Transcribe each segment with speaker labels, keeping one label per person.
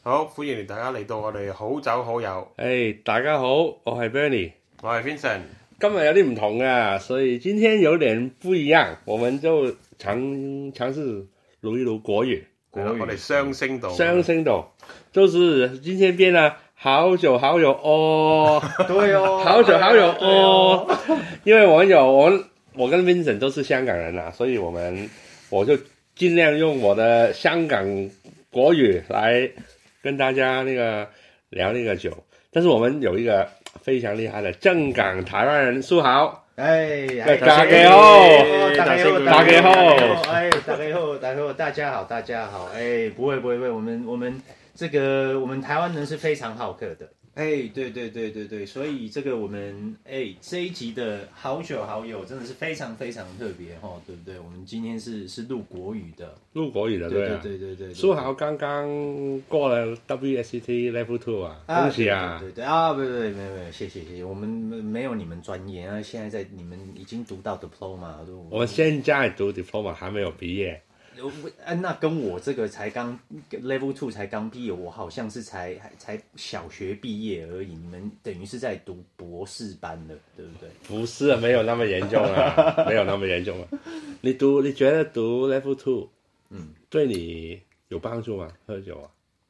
Speaker 1: 好，歡迎大家嚟到我哋好酒好友，
Speaker 2: 哎，大家好，我係 Bernie，
Speaker 1: 我係 Vincent。
Speaker 2: 今日有啲唔同啊，所以今天有點不一樣，我們就嘗嘗試錄一錄國語，
Speaker 1: 係啦我哋雙聲道，啊
Speaker 2: 雙聲道，就是今天變了好久好友哦，
Speaker 3: 對哦，
Speaker 2: 好久好友哦，因為我們有我我跟 Vincent 都是香港人啊，所以我們我就盡量用我的香港國語來跟大家那個聊那個酒，但是我們有一個非常厲害的正港台灣人蘇豪。
Speaker 3: 哎，
Speaker 2: 哎
Speaker 3: 哎
Speaker 2: 大家
Speaker 1: 好
Speaker 3: 大家好，
Speaker 2: 大家好
Speaker 3: 哎，大家好，大家好，大家好，大家好，哎，不会不会不会，我们我们这个我们台湾人是非常好客的，哎，对对对对对，所以这个我们哎这一集的好酒好友真的是非常非常特别哈，对不对？我们今天是是录国语的，
Speaker 2: 录国语的，
Speaker 3: 对
Speaker 2: 啊。
Speaker 3: 对对对对，
Speaker 2: 苏豪刚刚过了 WSET E Level Two 啊，恭喜啊！
Speaker 3: 对对对啊，不不不，没有没有，谢谢谢谢，我们没有你们专业啊，现在在你们已经读到 diploma 都，
Speaker 2: 我现在读 diploma 还没有毕业，
Speaker 3: 我我啊那跟我这个才刚 level two 才刚毕业，我好像是才还才小学毕业而已，你们等于是在读博士班了，对不对？
Speaker 2: 不是啊没有那么严重 啊，没有那么严重啊。你读你觉得读 Level Two，嗯，对你有帮助吗？喝酒啊？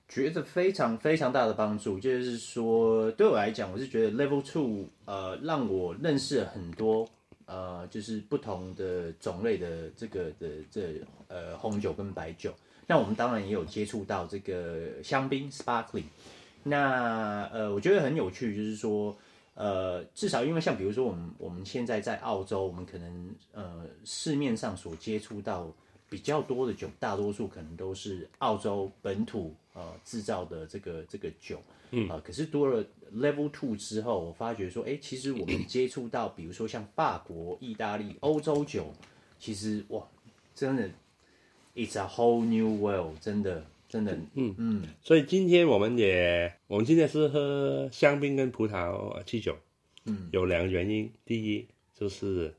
Speaker 3: 觉得非常非常大的帮助，就是说对我来讲，我是觉得 Level Two 呃，让我认识了很多呃，就是不同的种类的这个的这呃红酒跟白酒。那我们当然也有接触到这个香槟 Sparkling。那呃，我觉得很有趣，就是说呃，至少因为像比如说我们我们现在在澳洲，我们可能呃市面上所接触到比较多的酒，大多数可能都是澳洲本土呃制造的这个这个酒，嗯啊、可是多了 Level Two 之后，我发觉说，哎、其实我们接触到，比如说像法国、意大利、欧洲酒，其实哇，真的，it's a whole new world，真的真的，嗯嗯，
Speaker 2: 所以今天我们也，我们今天是喝香槟跟葡萄汽酒，嗯，有两个原因，第一就是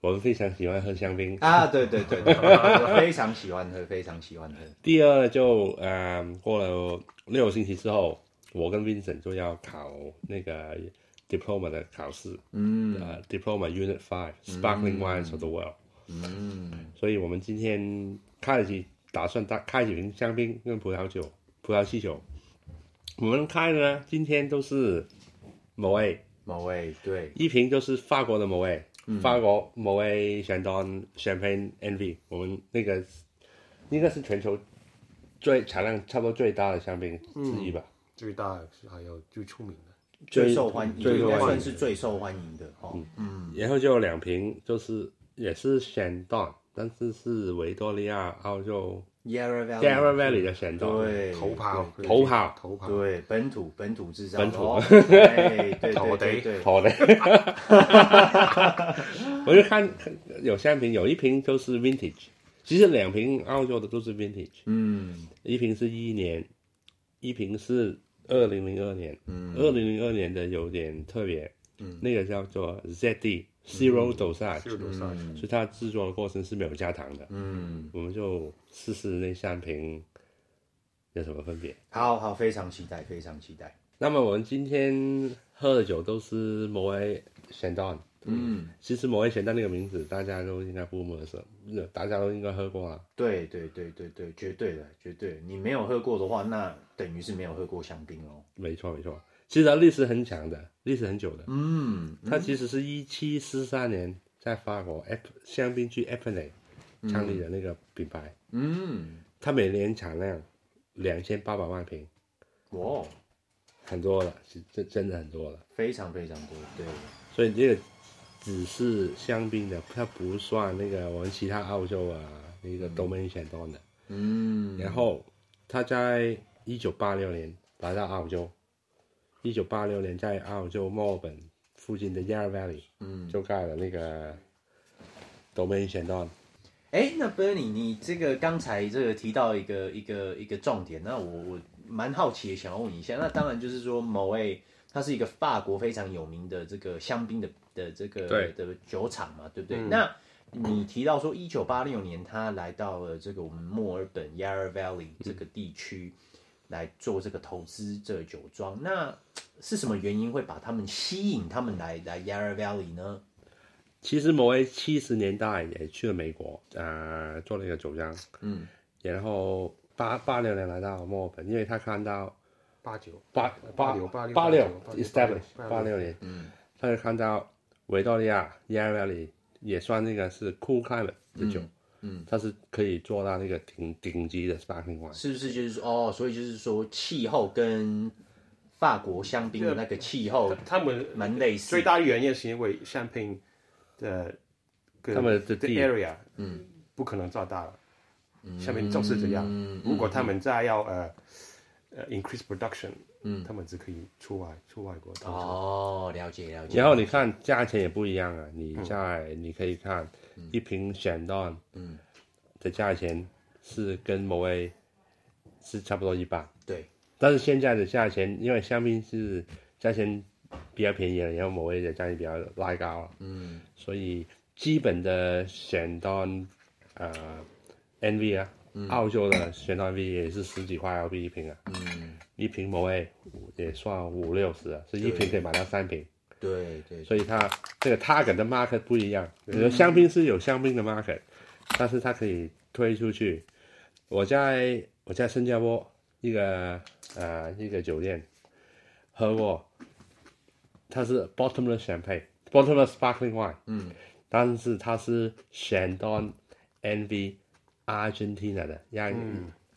Speaker 2: 我们非常喜欢喝香槟，
Speaker 3: 啊，对对对对， 我非常喜欢喝，非常喜欢喝，
Speaker 2: 第二就呃过了六个星期之后，我跟 Vincent 就要考那个 diploma 的考试，
Speaker 3: 嗯
Speaker 2: 呃 diploma Unit Five Sparkling Wines of the World，
Speaker 3: 嗯，
Speaker 2: 所以我们今天开始打算大开几瓶香槟跟葡萄酒、葡萄汽酒。我们开的呢，今天都是某位
Speaker 3: 某位对，
Speaker 2: 一瓶就是法国的某位，
Speaker 3: 嗯
Speaker 2: 法国某位 c h a n d o n Champagne NV，我们那个应该是全球最产量差不多最大的香槟之一吧。
Speaker 1: 最大係有最出名嘅，
Speaker 3: 嗯最受欢迎，
Speaker 2: 最受
Speaker 3: 应该
Speaker 2: 欢
Speaker 3: 算
Speaker 2: 迎
Speaker 3: 是最受欢迎的哦，嗯
Speaker 2: 然后就有两瓶，就是也是 c h a n d o n 但是是维多利亚澳洲
Speaker 3: ，Yarra
Speaker 2: d a r a
Speaker 3: Valley，
Speaker 2: Valley 的 c h a n d o n
Speaker 3: 对，
Speaker 1: 土炮，
Speaker 2: 土炮
Speaker 1: 土炮，
Speaker 3: 对，本土本土制造的
Speaker 2: 本土
Speaker 3: 哦，哎对
Speaker 1: 土
Speaker 3: 对
Speaker 1: 地
Speaker 3: 对对，
Speaker 2: 好 嘞，我就看有三瓶，有一瓶就是 Vintage，其实两瓶澳洲的都是 Vintage，
Speaker 3: 嗯
Speaker 2: 一瓶是一年，一瓶是二零零二年。
Speaker 3: 嗯
Speaker 2: 二零零二年的有点特别，那个叫做 ZD Zero Dosage，、
Speaker 1: 燒到晒，
Speaker 3: 嗯
Speaker 2: 所以它制作的过程是没有加糖的。
Speaker 3: 嗯，
Speaker 2: 我们就试试那三瓶有什么分别。
Speaker 3: 好好，非常期待，非常期待，
Speaker 2: 那么我们今天喝的酒都是摩威选到，
Speaker 3: 嗯，
Speaker 2: 其实摩威选到那个名字大家都应该不陌生，大家都应该喝过啊。
Speaker 3: 对对对对对，绝对的，绝对，你没有喝过的话，那等于是没有喝过香槟哦，
Speaker 2: 没错没错，其实它历史很长的，历史很久的。
Speaker 3: 嗯
Speaker 2: 它其实是一七四三年在法国 Ep 香槟区 e p e n a y 创立的那个品牌。
Speaker 3: 嗯，
Speaker 2: 它每年产量两千八百万瓶，
Speaker 3: 哇，
Speaker 2: 很多了，是真真的很多了。
Speaker 3: 非常非常多，对，
Speaker 2: 所以这个只是香槟的，它不算那个我们其他澳洲啊那个 Domain c h a n d o n 的。
Speaker 3: 嗯，
Speaker 2: 然后它在一九八六年来到澳洲，一九八六年在澳洲墨尔本附近的 Yarra Valley，
Speaker 3: 嗯
Speaker 2: 就盖了那个 Domain c h a n d o n
Speaker 3: 哎，那 Bernie，你这个刚才这个提到一个一个一个重点，那我我蛮好奇的，想要问一下，那当然就是说某位它是一个法国非常有名的这个香槟的的这个
Speaker 2: 对嗯
Speaker 3: 的酒厂嘛，对不对？那你提到说，一九八六年他来到了这个我们墨尔本 Yarra Valley 这个地区，来做这个投资这酒庄。那是什么原因会把他们吸引他们来来 Yarra Valley 呢？
Speaker 2: 其实某位七十年代也去了美国，呃，做了一个酒庄，
Speaker 3: 嗯，
Speaker 2: 然后八八六年来到墨尔本，因为他看到
Speaker 1: 八九
Speaker 2: 八
Speaker 1: 八
Speaker 2: 六
Speaker 1: 六八六
Speaker 2: 八六
Speaker 1: 八六
Speaker 2: establish 八
Speaker 1: 八
Speaker 2: 六年，
Speaker 3: 嗯
Speaker 2: 他就看到维多利亚 Yarra Valley 也算那个是 cool climate 的酒，
Speaker 3: 嗯，
Speaker 2: 它是可以做到那个顶顶级的 sparkling wine。
Speaker 3: 是不是就是说哦，所以就是说气候跟法国香槟的那个气候
Speaker 1: 他们
Speaker 3: 蛮类似
Speaker 1: 最，大的原因是因为 Champagne 的跟
Speaker 2: 他们的
Speaker 1: 的
Speaker 2: 地嗯
Speaker 1: area，嗯，不可能做大了。下面就是这样。
Speaker 3: 嗯
Speaker 1: 如果他们再要呃呃 increase production，嗯，他们只可以出外出外国投资。
Speaker 3: 哦，了解了解。
Speaker 2: 然后你看价钱也不一样啊，你在、你可以看一瓶 s h a n d o n
Speaker 3: 嗯
Speaker 2: 的价钱是跟某位是差不多一半，
Speaker 3: 对，
Speaker 2: 但是现在的价钱因为香槟是价钱比较便宜了，然后某位的价钱比较拉高了，
Speaker 3: 嗯
Speaker 2: 所以基本的 s h a n d o n 呃 NV 啊，澳洲的 s h a n d o n V 也是十几块澳币一瓶啊，
Speaker 3: 嗯，
Speaker 2: 一瓶某位也算五六十啊，是一
Speaker 3: 对
Speaker 2: 瓶可以买到三瓶。
Speaker 3: 对对，
Speaker 2: 所以它这个 target 的 market 不一样。比如说香槟是有香槟的 market，但是它可以推出去。我在我在新加坡一个呃一个酒店喝过，它是 bottomless champagne，bottomless sparkling wine，
Speaker 3: 嗯，
Speaker 2: 但是它是 Shandon NV Argentina 的，让、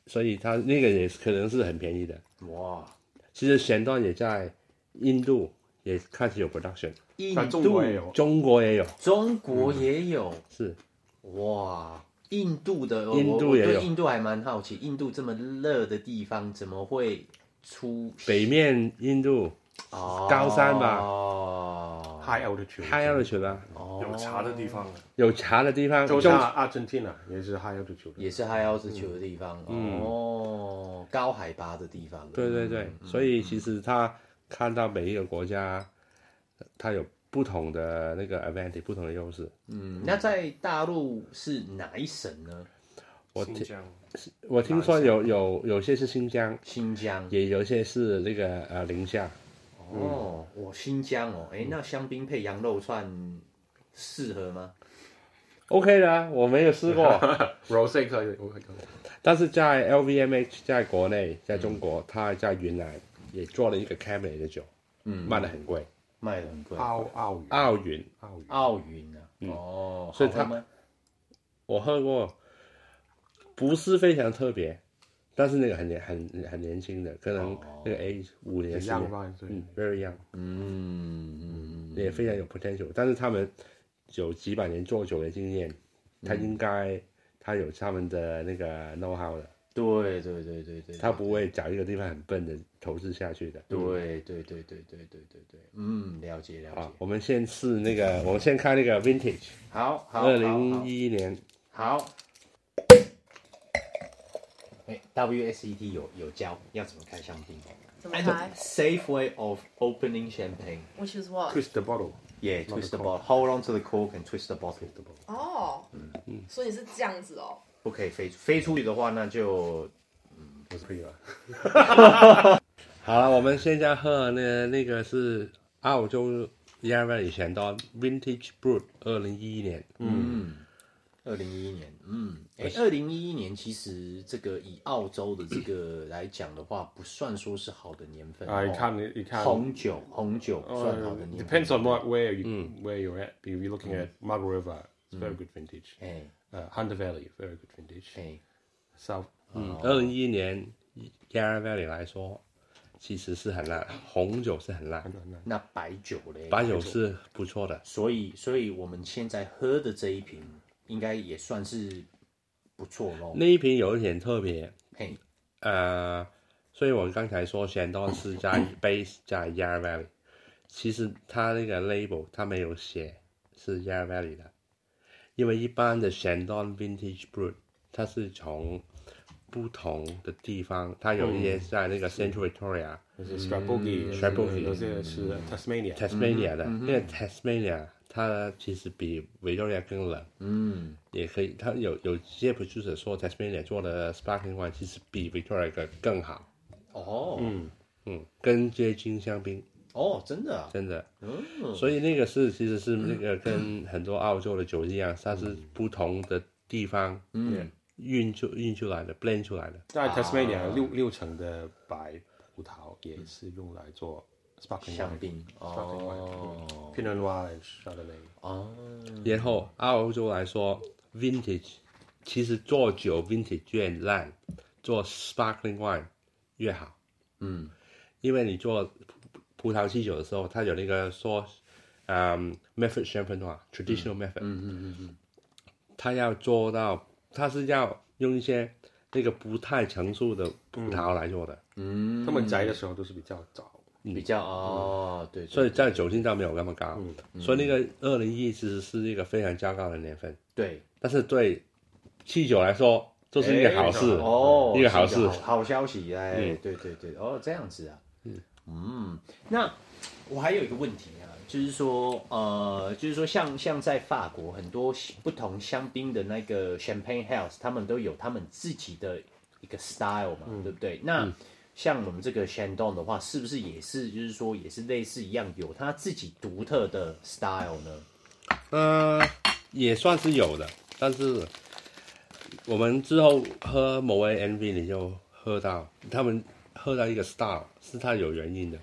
Speaker 2: 所以它那个也是可能是很便宜的。
Speaker 3: 哇，
Speaker 2: 其实 Shandon 也在印度也开始有 production。
Speaker 3: 印
Speaker 1: 但中
Speaker 3: 度
Speaker 1: 国也有，
Speaker 2: 中国也有，
Speaker 3: 中国也有，
Speaker 2: 是
Speaker 3: 哇，印度的，我
Speaker 2: 印度
Speaker 3: 我我
Speaker 2: 也有
Speaker 3: 对印度还蛮好奇，印度这么热的地方怎么会出
Speaker 2: 北面印度
Speaker 3: 哦
Speaker 2: 高山吧
Speaker 3: 哦，
Speaker 1: high altitude，
Speaker 2: high altitude 啊，
Speaker 4: 有茶的地方，
Speaker 2: 有茶的地方，
Speaker 1: 就
Speaker 2: 中
Speaker 1: 像 Argentina 也是 high altitude，
Speaker 3: 也是 high altitude
Speaker 2: 嗯
Speaker 3: 的地方、哦，高海拔的地方，
Speaker 2: 对对对，所以其实他看到每一个国家，他有不同的那个 advantage，不同的优势。
Speaker 3: 嗯，那在大陆是哪一省呢？
Speaker 2: 我
Speaker 4: 新疆
Speaker 2: 我听说有有有些是新疆，
Speaker 3: 新疆
Speaker 2: 也有些是那个呃宁夏，
Speaker 3: 哦，我新疆哦，
Speaker 2: 嗯
Speaker 3: 哎，那香槟配羊肉串适合吗？
Speaker 2: OK 的啊，我没有试过。
Speaker 1: Rose 可以，我可以
Speaker 2: 但是在 LVMH 在国内，在中国，他在云南也做了一个 Cabernet 的酒，
Speaker 3: 嗯
Speaker 2: 卖的很贵，
Speaker 3: 卖的很贵，
Speaker 1: 澳澳语
Speaker 2: 澳元
Speaker 1: 澳语
Speaker 3: 奥运啊，哦，
Speaker 2: 嗯所以
Speaker 3: 好喝
Speaker 2: 它
Speaker 3: 吗
Speaker 2: 我喝过，不是非常特别，但是那个很年很很年轻的，可能
Speaker 3: 哦
Speaker 2: 那个 A 五年
Speaker 1: 也
Speaker 2: 十
Speaker 1: 样
Speaker 2: 年，
Speaker 1: 吧，对
Speaker 2: 嗯，very young，
Speaker 3: 嗯嗯嗯
Speaker 2: 也非常有 potential。但是他们有几百年做酒的经验，他应该他有他们的那个 know how 的，
Speaker 3: 对对对对对，
Speaker 2: 他不会找一个地方很笨的投资下去的。
Speaker 3: 对对对对对对对对，嗯，了解了
Speaker 2: 啊
Speaker 3: 解，，
Speaker 2: 我们先试那个，我们先看那个 vintage，
Speaker 3: 好好
Speaker 2: 二
Speaker 3: 好
Speaker 2: 零一一年，
Speaker 3: 好。哎，WSET 有有教要怎么开香槟
Speaker 5: 怎么
Speaker 3: ，and
Speaker 5: 开
Speaker 3: safe way of opening champagne。
Speaker 5: ？Which is what？
Speaker 1: ，twist the bottle，
Speaker 3: Yeah,
Speaker 1: Not
Speaker 3: twist the
Speaker 1: the
Speaker 3: bottle. Hold on to the cork and twist the bottle.
Speaker 5: 哦，
Speaker 3: 嗯
Speaker 5: 所以你是这样子哦。
Speaker 3: 不可以飞出飞出去的话，那就
Speaker 1: 不是可以了。
Speaker 2: 好了，我们现在喝的那个是澳洲 Yarra 以前到 Vintage Brew 二零一一年，
Speaker 3: 嗯二零一一年，嗯，哎、二零一一年其实这个以澳洲的这个来讲的话，不算说是好的年份
Speaker 1: 啊，
Speaker 3: 哦
Speaker 1: 你看你看
Speaker 3: 红酒，红酒不算好
Speaker 1: Uh,
Speaker 3: 的
Speaker 2: 呃
Speaker 3: 年份。
Speaker 1: depends on what where you where you're at. If you're looking at Muggle River, it's very
Speaker 3: Mm。
Speaker 1: good vintage.
Speaker 3: 哎、
Speaker 1: Uh, Hunter Valley, very good vintage.
Speaker 3: 哎、哦
Speaker 1: South
Speaker 2: 嗯，二零一一年 Yarra Valley 来说，其实是很烂，红酒是很烂，
Speaker 3: 那白酒嘞？
Speaker 2: 白酒是不错的，
Speaker 3: 所以，所以我们现在喝的这一瓶，应该也算是不错喽。
Speaker 2: 那一瓶有一点特别，
Speaker 3: 哦嘿，
Speaker 2: 呃，所以我刚才说 s h a n d o n 是在 base 在 Yarra Valley，其实它那个 label 它没有写是 Yarra Valley 的，因为一般的 s h a n d o n Vintage Brew 它是从不同的地方，它有一些在那个 Central Victoria、
Speaker 1: there's a
Speaker 3: Mm.
Speaker 1: Strabogi,
Speaker 2: Strabogi.
Speaker 1: there's a- there's a uh, Tasmania.
Speaker 2: Tasmania 的，因为 Tasmania 它其实比维多利亚更冷，
Speaker 3: 嗯，
Speaker 2: 也可以，它有有些 producer 说 Tasmania 做的 sparkling wine 其实比 Victoria 更更好。
Speaker 3: 哦
Speaker 1: 嗯，
Speaker 2: 嗯，跟街金香槟
Speaker 3: 哦，真的啊，
Speaker 2: 真的，
Speaker 3: 嗯，
Speaker 2: 所以那个是其实是那个跟很多澳洲的酒一样，它是不同的地方
Speaker 3: 嗯
Speaker 2: 运出运出来的，blend 出来的。
Speaker 1: 在
Speaker 3: 啊
Speaker 1: Tasmania 六六成的白葡萄也是用来做 sparkling
Speaker 3: 香
Speaker 1: wine、
Speaker 3: 槟
Speaker 1: sparkling wine、
Speaker 3: 哦
Speaker 1: Pinot Noir and Chardonnay。
Speaker 3: 哦，
Speaker 2: 然后澳洲来说，vintage 其实做酒 vintage 越烂，做 sparkling wine 越好，
Speaker 3: 嗯
Speaker 2: 因为你做葡葡萄啤酒的时候，它有那个说，嗯，method champenois traditional method，
Speaker 3: 嗯嗯嗯嗯，
Speaker 2: 它要做到，它是要用一些那个不太成熟的葡萄来做的。
Speaker 3: 嗯，
Speaker 1: 他们摘的时候都是比较早，
Speaker 3: 比较哦，对，对
Speaker 2: 所以在酒精上没有那么高，所以那个二零一其实是一个非常糟糕的年份，
Speaker 3: 对
Speaker 2: 但是对气酒来说，这是一个好事。
Speaker 3: 哦，
Speaker 2: 一个好事
Speaker 3: 是好消息哎，
Speaker 2: 嗯
Speaker 3: 对对对，哦，这样子啊，嗯，那我还有一个问题啊，就是说，呃，就是说像，像在法国很多不同香槟的那个 Champagne House，他们都有他们自己的一个 style 嘛，
Speaker 2: 嗯
Speaker 3: 对不对？那、像我们这个 Chandon 的话，是不是也是就是说也是类似一样有它自己独特的 style 呢？
Speaker 2: 呃，也算是有的，但是我们之后喝某位 NV 你就喝到，他们喝到一个 style 是它有原因的。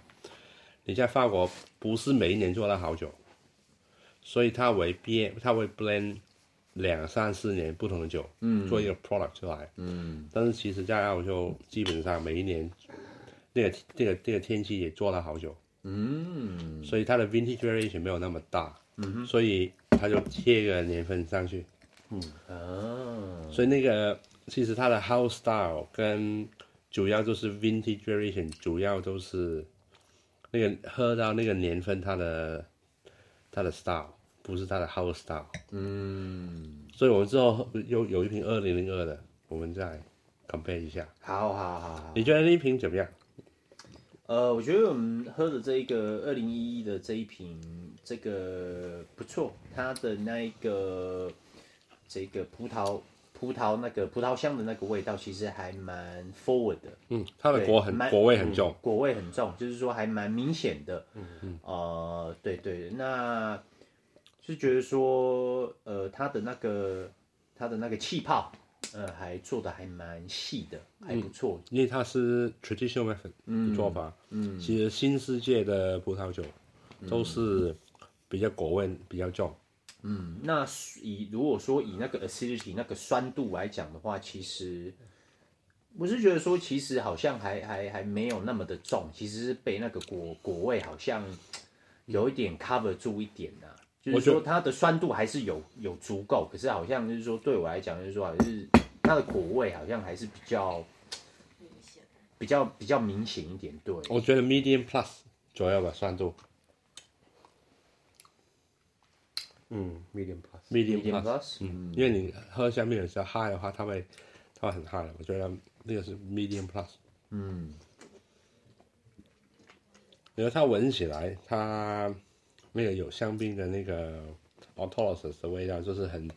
Speaker 2: 你在法国不是每一年做到好酒，所以它会变，它会 blend 两三四年不同的酒，嗯，做一个 product 出来，嗯。但是其实，在澳洲基本上每一年，那个这个这个天气也做到好酒，嗯，所以它的 vintage variation 没有那么大，
Speaker 3: 嗯
Speaker 2: 所以他就贴个年份上去。
Speaker 3: 啊，
Speaker 2: 所以那个其实它的 house style 跟主要就是 vintage variation，主要都是那个喝到那个年份它的它的 style，不是它的 house style。
Speaker 3: 嗯，
Speaker 2: 所以我们之后有有一瓶二零零二的，我们再 compare 一下，
Speaker 3: 好好好好。
Speaker 2: 你觉得那一瓶怎么样？
Speaker 3: 呃，我觉得我们喝的这一个二零一一的这一瓶，这个不错，它的那一个这个葡萄葡萄那个葡萄香的那个味道，其实还蛮 forward 的，
Speaker 2: 嗯，它的
Speaker 3: 对
Speaker 2: 果很
Speaker 3: 蛮
Speaker 2: 果味很重，
Speaker 3: 果味很重，就是说还蛮明显的。嗯嗯。呃，对对，那是觉得说，呃，它的那个它的那个气泡，呃，还做的还蛮细的，还不错。
Speaker 2: 因为它是 traditional method 的做法。嗯，其实新世界的葡萄酒都是比较果味比较重。
Speaker 3: 那以如果说以那个 acidity 那个酸度来讲的话，其实我是觉得说，其实好像还还还没有那么的重，其实是被那个果果味好像有一点 cover 住一点呐、就是
Speaker 2: 我觉得
Speaker 3: 说它的酸度还是有有足够，可是好像就是说对我来讲，就是说还是它的果味好像还是比较
Speaker 5: 明显。
Speaker 3: 比较比较明显一点，对，
Speaker 2: 我觉得 medium plus 左右吧，酸度
Speaker 1: 嗯，medium plus。
Speaker 2: medium
Speaker 3: Medium
Speaker 2: plus，
Speaker 3: plus，嗯，
Speaker 2: 因为你喝下面有时候 high 的话，它会它会很 high 的。我觉得那个是 medium plus。
Speaker 3: 嗯，
Speaker 2: 然后它闻起来，它那个有香槟的那个 autolysis 的味道，就是很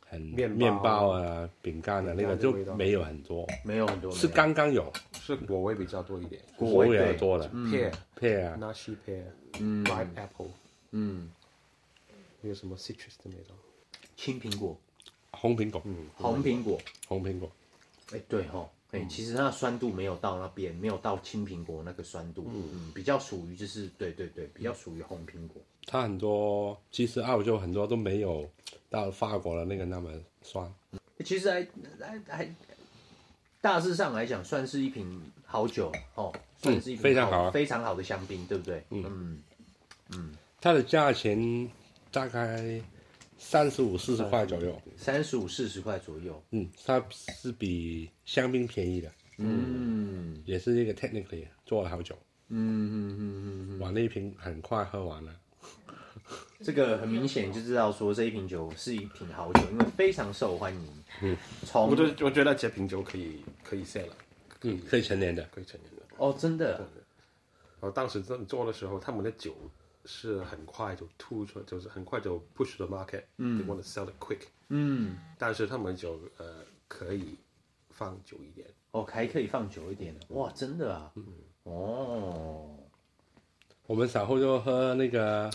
Speaker 2: 很
Speaker 1: 面包
Speaker 2: 面包啊、饼干啊那
Speaker 1: 饼干的
Speaker 2: 个就
Speaker 1: 味道
Speaker 2: 没有很多，
Speaker 3: 没有很多，
Speaker 2: 是
Speaker 3: 没有
Speaker 2: 刚刚有
Speaker 1: 是果嗯味比较多一点
Speaker 2: 果味
Speaker 3: 对
Speaker 2: 要多了。
Speaker 1: ，pear、
Speaker 2: pear 啊
Speaker 1: nashi pear、ripe apple，
Speaker 3: 嗯，
Speaker 1: 没有什么 citrus 的味道。
Speaker 3: 青苹果、
Speaker 2: 红苹果，
Speaker 3: 红苹果。
Speaker 2: 红苹果，
Speaker 3: 哎、对吼，哎、其实它的酸度没有到那边，没有到青苹果那个酸度，嗯，比较属于就是对对对，比较属于红苹果。
Speaker 2: 它很多其实啊澳洲很多都没有到法国的那个那么酸。
Speaker 3: 哎其实还还还大致上来讲，算是一瓶好酒哦，算是一瓶
Speaker 2: 非常好啊
Speaker 3: 非常好的香槟，对不对？嗯
Speaker 2: 它的价钱大概三十五四十块左右，
Speaker 3: 三十五四十块左右。
Speaker 2: 嗯，它是比香槟便宜的，
Speaker 3: 嗯
Speaker 2: 也是一个 technically 做了好久，
Speaker 3: 嗯嗯嗯嗯
Speaker 2: 哇，那一瓶很快喝完了，
Speaker 3: 嗯，这个很明显就知道说这一瓶酒是一瓶好酒，因为非常受欢迎。嗯，从
Speaker 1: 哦我都我觉得这瓶酒可以可以 sell 了，
Speaker 2: 嗯，可以成年的，
Speaker 1: 可以成年了。
Speaker 3: 哦，真的
Speaker 1: 然后当时这么做的时候，他们的酒是很快就突出，就是很快就 push 嗯 the market，they want to sell it quick。
Speaker 3: 嗯
Speaker 1: 但是他们就呃可以放久一点。
Speaker 3: 哦，还可以放久一点的，
Speaker 2: 嗯
Speaker 3: 哇，真的啊，哦，
Speaker 2: 我们稍后就喝那个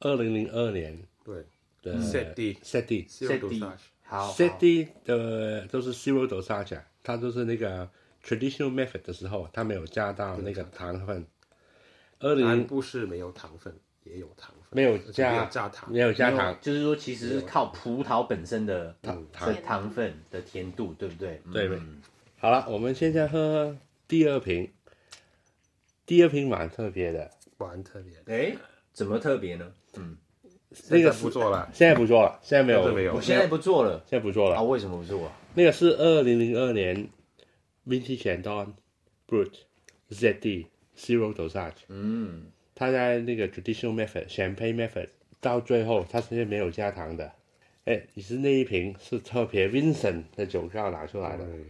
Speaker 2: 二零零二年
Speaker 1: 对
Speaker 2: 的
Speaker 1: Seti
Speaker 2: Seti
Speaker 1: ，zero
Speaker 3: Seti
Speaker 1: dosage
Speaker 3: 好好
Speaker 2: Seti 的呃都是 zero dosage，啊它都是那个 traditional method 的时候，它没有加到那个糖分。二
Speaker 1: 南
Speaker 2: 零
Speaker 1: 部是没有糖分，也有糖分，
Speaker 2: 没有
Speaker 1: 而且
Speaker 2: 加
Speaker 1: 嗯没有加糖
Speaker 2: 没。有加
Speaker 3: 没有
Speaker 2: 糖，嗯
Speaker 3: 就是说其实是靠葡萄本身的糖
Speaker 5: 糖
Speaker 3: 糖分的甜度，对不对？嗯
Speaker 2: 对不对？好了，我们现在喝第二瓶，第二瓶蛮特别的，
Speaker 1: 蛮特别的，
Speaker 3: 哎，怎么特别呢？
Speaker 2: 那个
Speaker 1: 现在不做了，
Speaker 2: 现在不做了，现在没有
Speaker 1: 真的没有
Speaker 3: 我现在不做了
Speaker 2: 现在不做了
Speaker 3: 啊？。为什么不做啊？
Speaker 2: 那个是二零零二年 Vintage and Don Brut ZD Zero Dosage，
Speaker 3: 嗯，
Speaker 2: 它在那个 Traditional Method Champagne Method 到最后它是没有加糖的。哎，你是那一瓶是特别 Vincent 的酒窖拿出来
Speaker 3: 哦
Speaker 2: 的。
Speaker 1: 嗯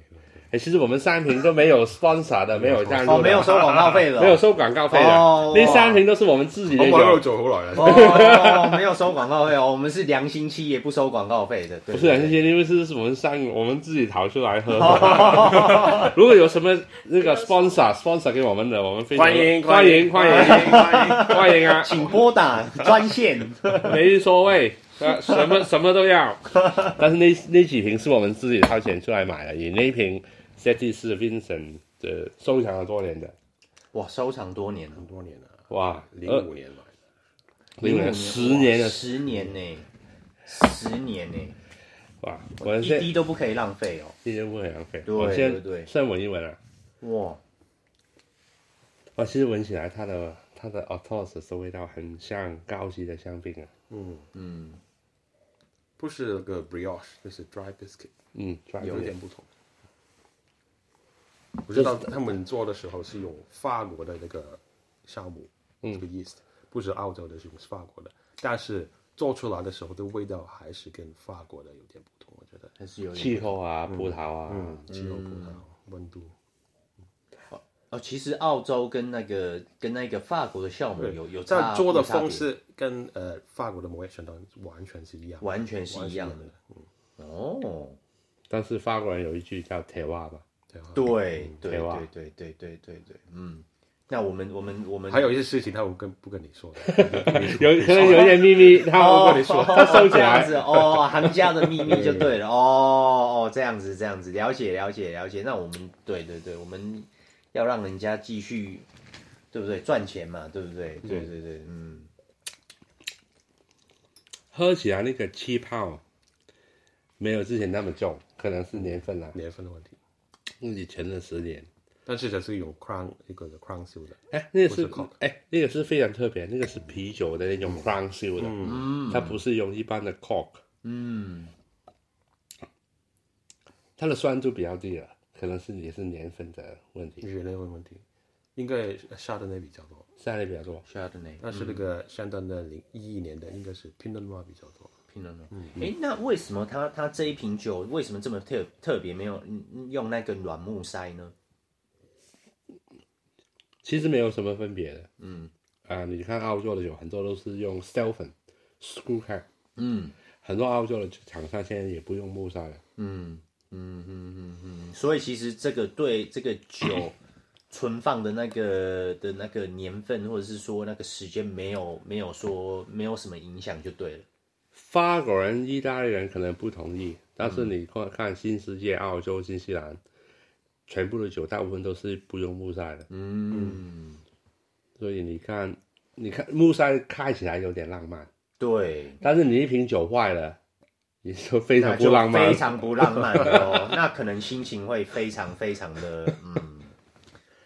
Speaker 2: 哎，其实我们三瓶都没有 sponsor 的，没有赞助的，
Speaker 3: 哦，没有收广告费了，
Speaker 2: 没有收广告费的。
Speaker 3: 哦
Speaker 2: 那三瓶都是我们自己的
Speaker 1: 我玩肉
Speaker 2: 酒，
Speaker 1: 走好耐了，
Speaker 3: 哦，没有收广告费哦，我们是良心企业，不收广告费的，对
Speaker 2: 不是很谢谢，因为是我们三我们自己淘出来喝的。如果有什么那个 sponsor sponsor 给我们的，我们非常
Speaker 1: 欢迎
Speaker 2: 欢迎欢迎
Speaker 1: 欢迎。
Speaker 2: 欢迎 啊，
Speaker 3: 请拨打专线。
Speaker 2: 没所谓，呃，什么什么都要。但是那那几瓶是我们自己掏钱出来买的，你那一瓶 Seti 是 Vincent 的收藏了多年的，
Speaker 3: 哇，收藏多年了，
Speaker 1: 很多年了，
Speaker 2: 哇，呃
Speaker 1: 零五年买的，
Speaker 2: 零五
Speaker 3: 05
Speaker 2: 年十年
Speaker 3: 哇
Speaker 2: 的
Speaker 3: 十年呢，十年呢，
Speaker 2: 哇，我们
Speaker 3: 一
Speaker 2: 现
Speaker 3: 滴都不可以浪费哦。
Speaker 2: 今天不很浪费，
Speaker 3: 对
Speaker 2: 我
Speaker 3: 对
Speaker 2: 先
Speaker 3: 对
Speaker 2: 先闻一闻啊，
Speaker 3: 哇，
Speaker 2: 哇，其实闻起来它的它的 a u t o s 的味道很像高级的香槟啊，
Speaker 1: 嗯，
Speaker 3: 嗯，
Speaker 1: 不是那个 brioche，就是 dry biscuit，
Speaker 2: 嗯，抓
Speaker 1: 有
Speaker 2: 住
Speaker 1: 一
Speaker 2: 你
Speaker 1: 点不同。我知道他们做的时候是用法国的那个酵母，这个 yeast，不是澳洲的，是用法国的，但是做出来的时候的味道还是跟法国的有点不同，我觉得。
Speaker 3: 还是有
Speaker 2: 气
Speaker 3: 点
Speaker 2: 候啊，葡萄啊，
Speaker 1: 嗯，气候、葡萄、温度，
Speaker 3: 哦。其实澳洲跟那个跟那个法国的酵母有有差，
Speaker 1: 但做的
Speaker 3: 啊有差别
Speaker 1: 方式跟呃法国的摩耶神灯完全是一样的，
Speaker 3: 完全是一样的
Speaker 1: 完全
Speaker 3: 哦。
Speaker 2: 但是法国人有一句叫 t e w a 吧，
Speaker 1: 对啊
Speaker 3: 对对
Speaker 2: 对吧
Speaker 3: 对对对对对对，嗯。那我们我们我们
Speaker 1: 还有一些事情他们跟不跟你说的，
Speaker 2: 有可能有一点秘密，他
Speaker 3: 哦
Speaker 2: 我跟你说，他收起
Speaker 3: 这样
Speaker 2: 来。
Speaker 3: 子哦，行家的秘密就对了哦哦，这样子这样子，了解了解了解。那我们对对对，我们要让人家继续，对不对？赚钱嘛，对不对？对对对，嗯，
Speaker 2: 喝起来那个气泡啊没有之前那么重，可能是年份啊啦，
Speaker 1: 年份的问题。
Speaker 2: 因为前了十年。
Speaker 1: 但是这是有 crown 一个 crown 修的，
Speaker 2: 哎，那个
Speaker 1: 不是
Speaker 2: 是
Speaker 1: Coke
Speaker 2: 哎，那个是非常特别，那个是啤酒的那种 brown 修的，嗯它不是用一般的 cork，
Speaker 3: 嗯，
Speaker 2: 它的酸度比较低了，可能是也是年份的问题，
Speaker 1: 原来问问题，应该沙的那比较多，
Speaker 2: 下列比较多。
Speaker 3: 下的呢？
Speaker 1: 但是那个山东的零一一年的应该是 Pinot Noir 比较多，
Speaker 3: 拼了呢？哎，那为什么他他这一瓶酒为什么这么特特别没有嗯用那个软木塞呢？
Speaker 2: 其实没有什么分别的。嗯，啊、你看澳洲的酒很多都是用 s t e l f e n screw cap，
Speaker 3: 嗯
Speaker 2: 很多澳洲的厂商现在也不用木塞了。
Speaker 3: 嗯嗯嗯嗯嗯，所以其实这个对这个酒存放的那个的那个年份，或者是说那个时间，没有没有说没有什么影响就对了。
Speaker 2: 法国人、意大利人可能不同意，但是你看看新世界、澳洲、新西兰，全部的酒大部分都是不用木塞的，
Speaker 3: 嗯，
Speaker 2: 所以你看，你看木塞开起来有点浪漫，
Speaker 3: 对，
Speaker 2: 但是你一瓶酒坏了，你说非
Speaker 3: 那
Speaker 2: 常
Speaker 3: 就
Speaker 2: 不浪漫
Speaker 3: 非，常不浪漫的哦。那可能心情会非常非常的，嗯，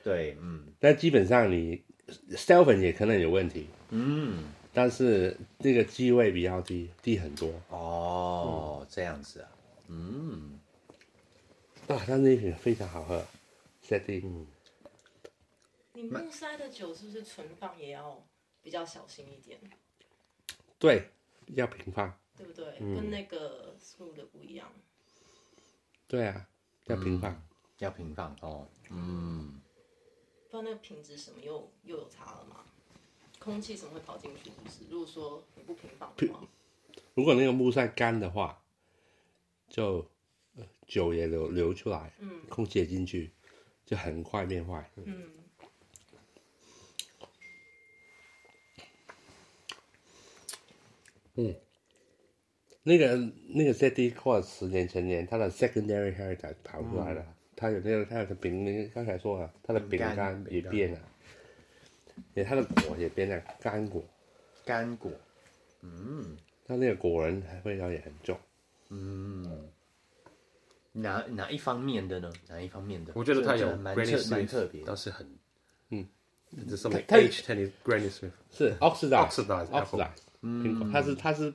Speaker 3: 对，嗯
Speaker 2: 但基本上你 s t e l f e n 也可能有问题，
Speaker 3: 嗯，
Speaker 2: 但是那个机位比较低，低很多。
Speaker 3: 哦，这样子啊，嗯，
Speaker 2: 啊，但那一瓶非常好喝 s e t 嗯，
Speaker 5: 你木塞的酒是不是存放也要比较小心一点，
Speaker 2: 对，要平放，
Speaker 5: 对不对？
Speaker 3: 嗯
Speaker 5: 跟那个 smooth 的不一样。
Speaker 2: 对啊，要平放。
Speaker 3: 嗯要平放哦，嗯，
Speaker 5: 不然那个品质什么又又有差了嘛？空气什么会跑进去？是不是？如果说你不平放的话，
Speaker 2: 如果那个木塞干的话，就呃酒也流流出来，
Speaker 5: 嗯
Speaker 2: 空气也进去，就很快变坏。
Speaker 5: 嗯，
Speaker 2: 那个那个 z d 或者十年陈年，它的 secondary heritage 跑出来了，它有那个它的饼，那个刚才说了，它的嗯饼
Speaker 3: 饼干
Speaker 2: 干也变了，也它的果也变了，干果，
Speaker 3: 干果，嗯
Speaker 2: 它那个果仁味道也很重。
Speaker 3: 嗯哪哪一方面的呢？哪一方面的？
Speaker 1: 我觉得他有
Speaker 3: 这这蛮
Speaker 1: Granny
Speaker 3: 特
Speaker 1: Smith，
Speaker 3: 蛮特别的。
Speaker 1: 但是很，嗯，这是 like
Speaker 2: 它有
Speaker 1: H Tennis Granny Smith
Speaker 2: 是 oxidize
Speaker 1: Oxidized apple
Speaker 2: oxidize 苹果，它是它是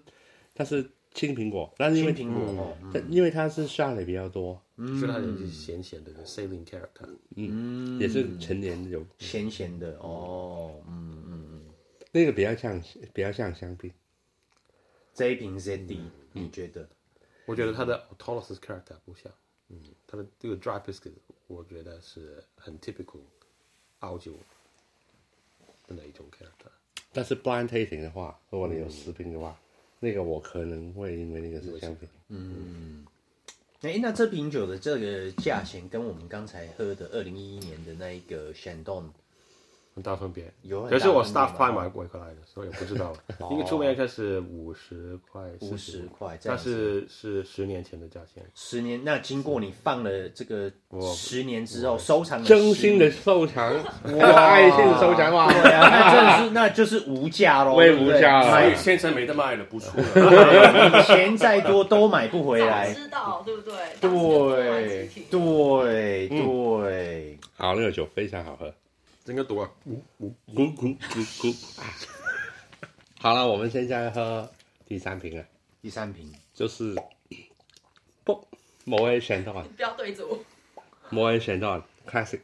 Speaker 2: 它是青苹果，但是因为
Speaker 3: 嗯青苹
Speaker 1: 嗯
Speaker 3: 果哦
Speaker 2: 它因为它是沙里比较多，
Speaker 1: 所以它
Speaker 3: 嗯
Speaker 1: 有一些咸咸的 saline character。嗯
Speaker 2: 也是陈年有
Speaker 3: 咸咸的哦，嗯嗯，
Speaker 2: 那个比较像比较像香槟，
Speaker 3: 这一瓶 ZD，你
Speaker 1: 嗯
Speaker 3: 觉得？
Speaker 1: 我觉得它的 autolysis character 不像，嗯，它的这个 dry biscuit 我觉得是很 typical 澳洲的那一种 character，
Speaker 2: 但是 blind tasting 的话，如果你有食品的话，
Speaker 3: 嗯
Speaker 2: 那个我可能会因为那个是香槟，
Speaker 3: 哎、那这瓶酒的这个价钱跟我们刚才喝的二零一一年的那一个 Shandon
Speaker 1: 很大分别。
Speaker 3: 有很大
Speaker 1: 可是我
Speaker 3: 分别吗
Speaker 1: staff 派买过回来的，所以我不知道，因为出面开始五十块，
Speaker 3: 五十块，这
Speaker 1: 但
Speaker 3: 样子
Speaker 1: 是是十年前的价钱。
Speaker 3: 十年，那经过你放了这个十年之后，收藏了
Speaker 2: 真心的
Speaker 3: 10
Speaker 2: 收藏，爱心收藏哇，
Speaker 3: 对啊，那真的是那就是无价喽，
Speaker 2: 我也
Speaker 3: 对不对
Speaker 2: 无价了
Speaker 3: 买
Speaker 4: 现在没得卖了，不出了。
Speaker 3: 对钱再多都买不回
Speaker 5: 早
Speaker 3: 来，
Speaker 5: 知道对不对？当时就多买
Speaker 3: 对对
Speaker 5: 几瓶
Speaker 3: 对，
Speaker 2: 好，那个酒非常好喝，
Speaker 1: 整个多
Speaker 2: 咕咕咕咕。好了，我们现在喝第三瓶了，
Speaker 3: 第三瓶
Speaker 2: 就是不，某位选到了。
Speaker 5: 不要对着我，
Speaker 2: 摩恩选到 classic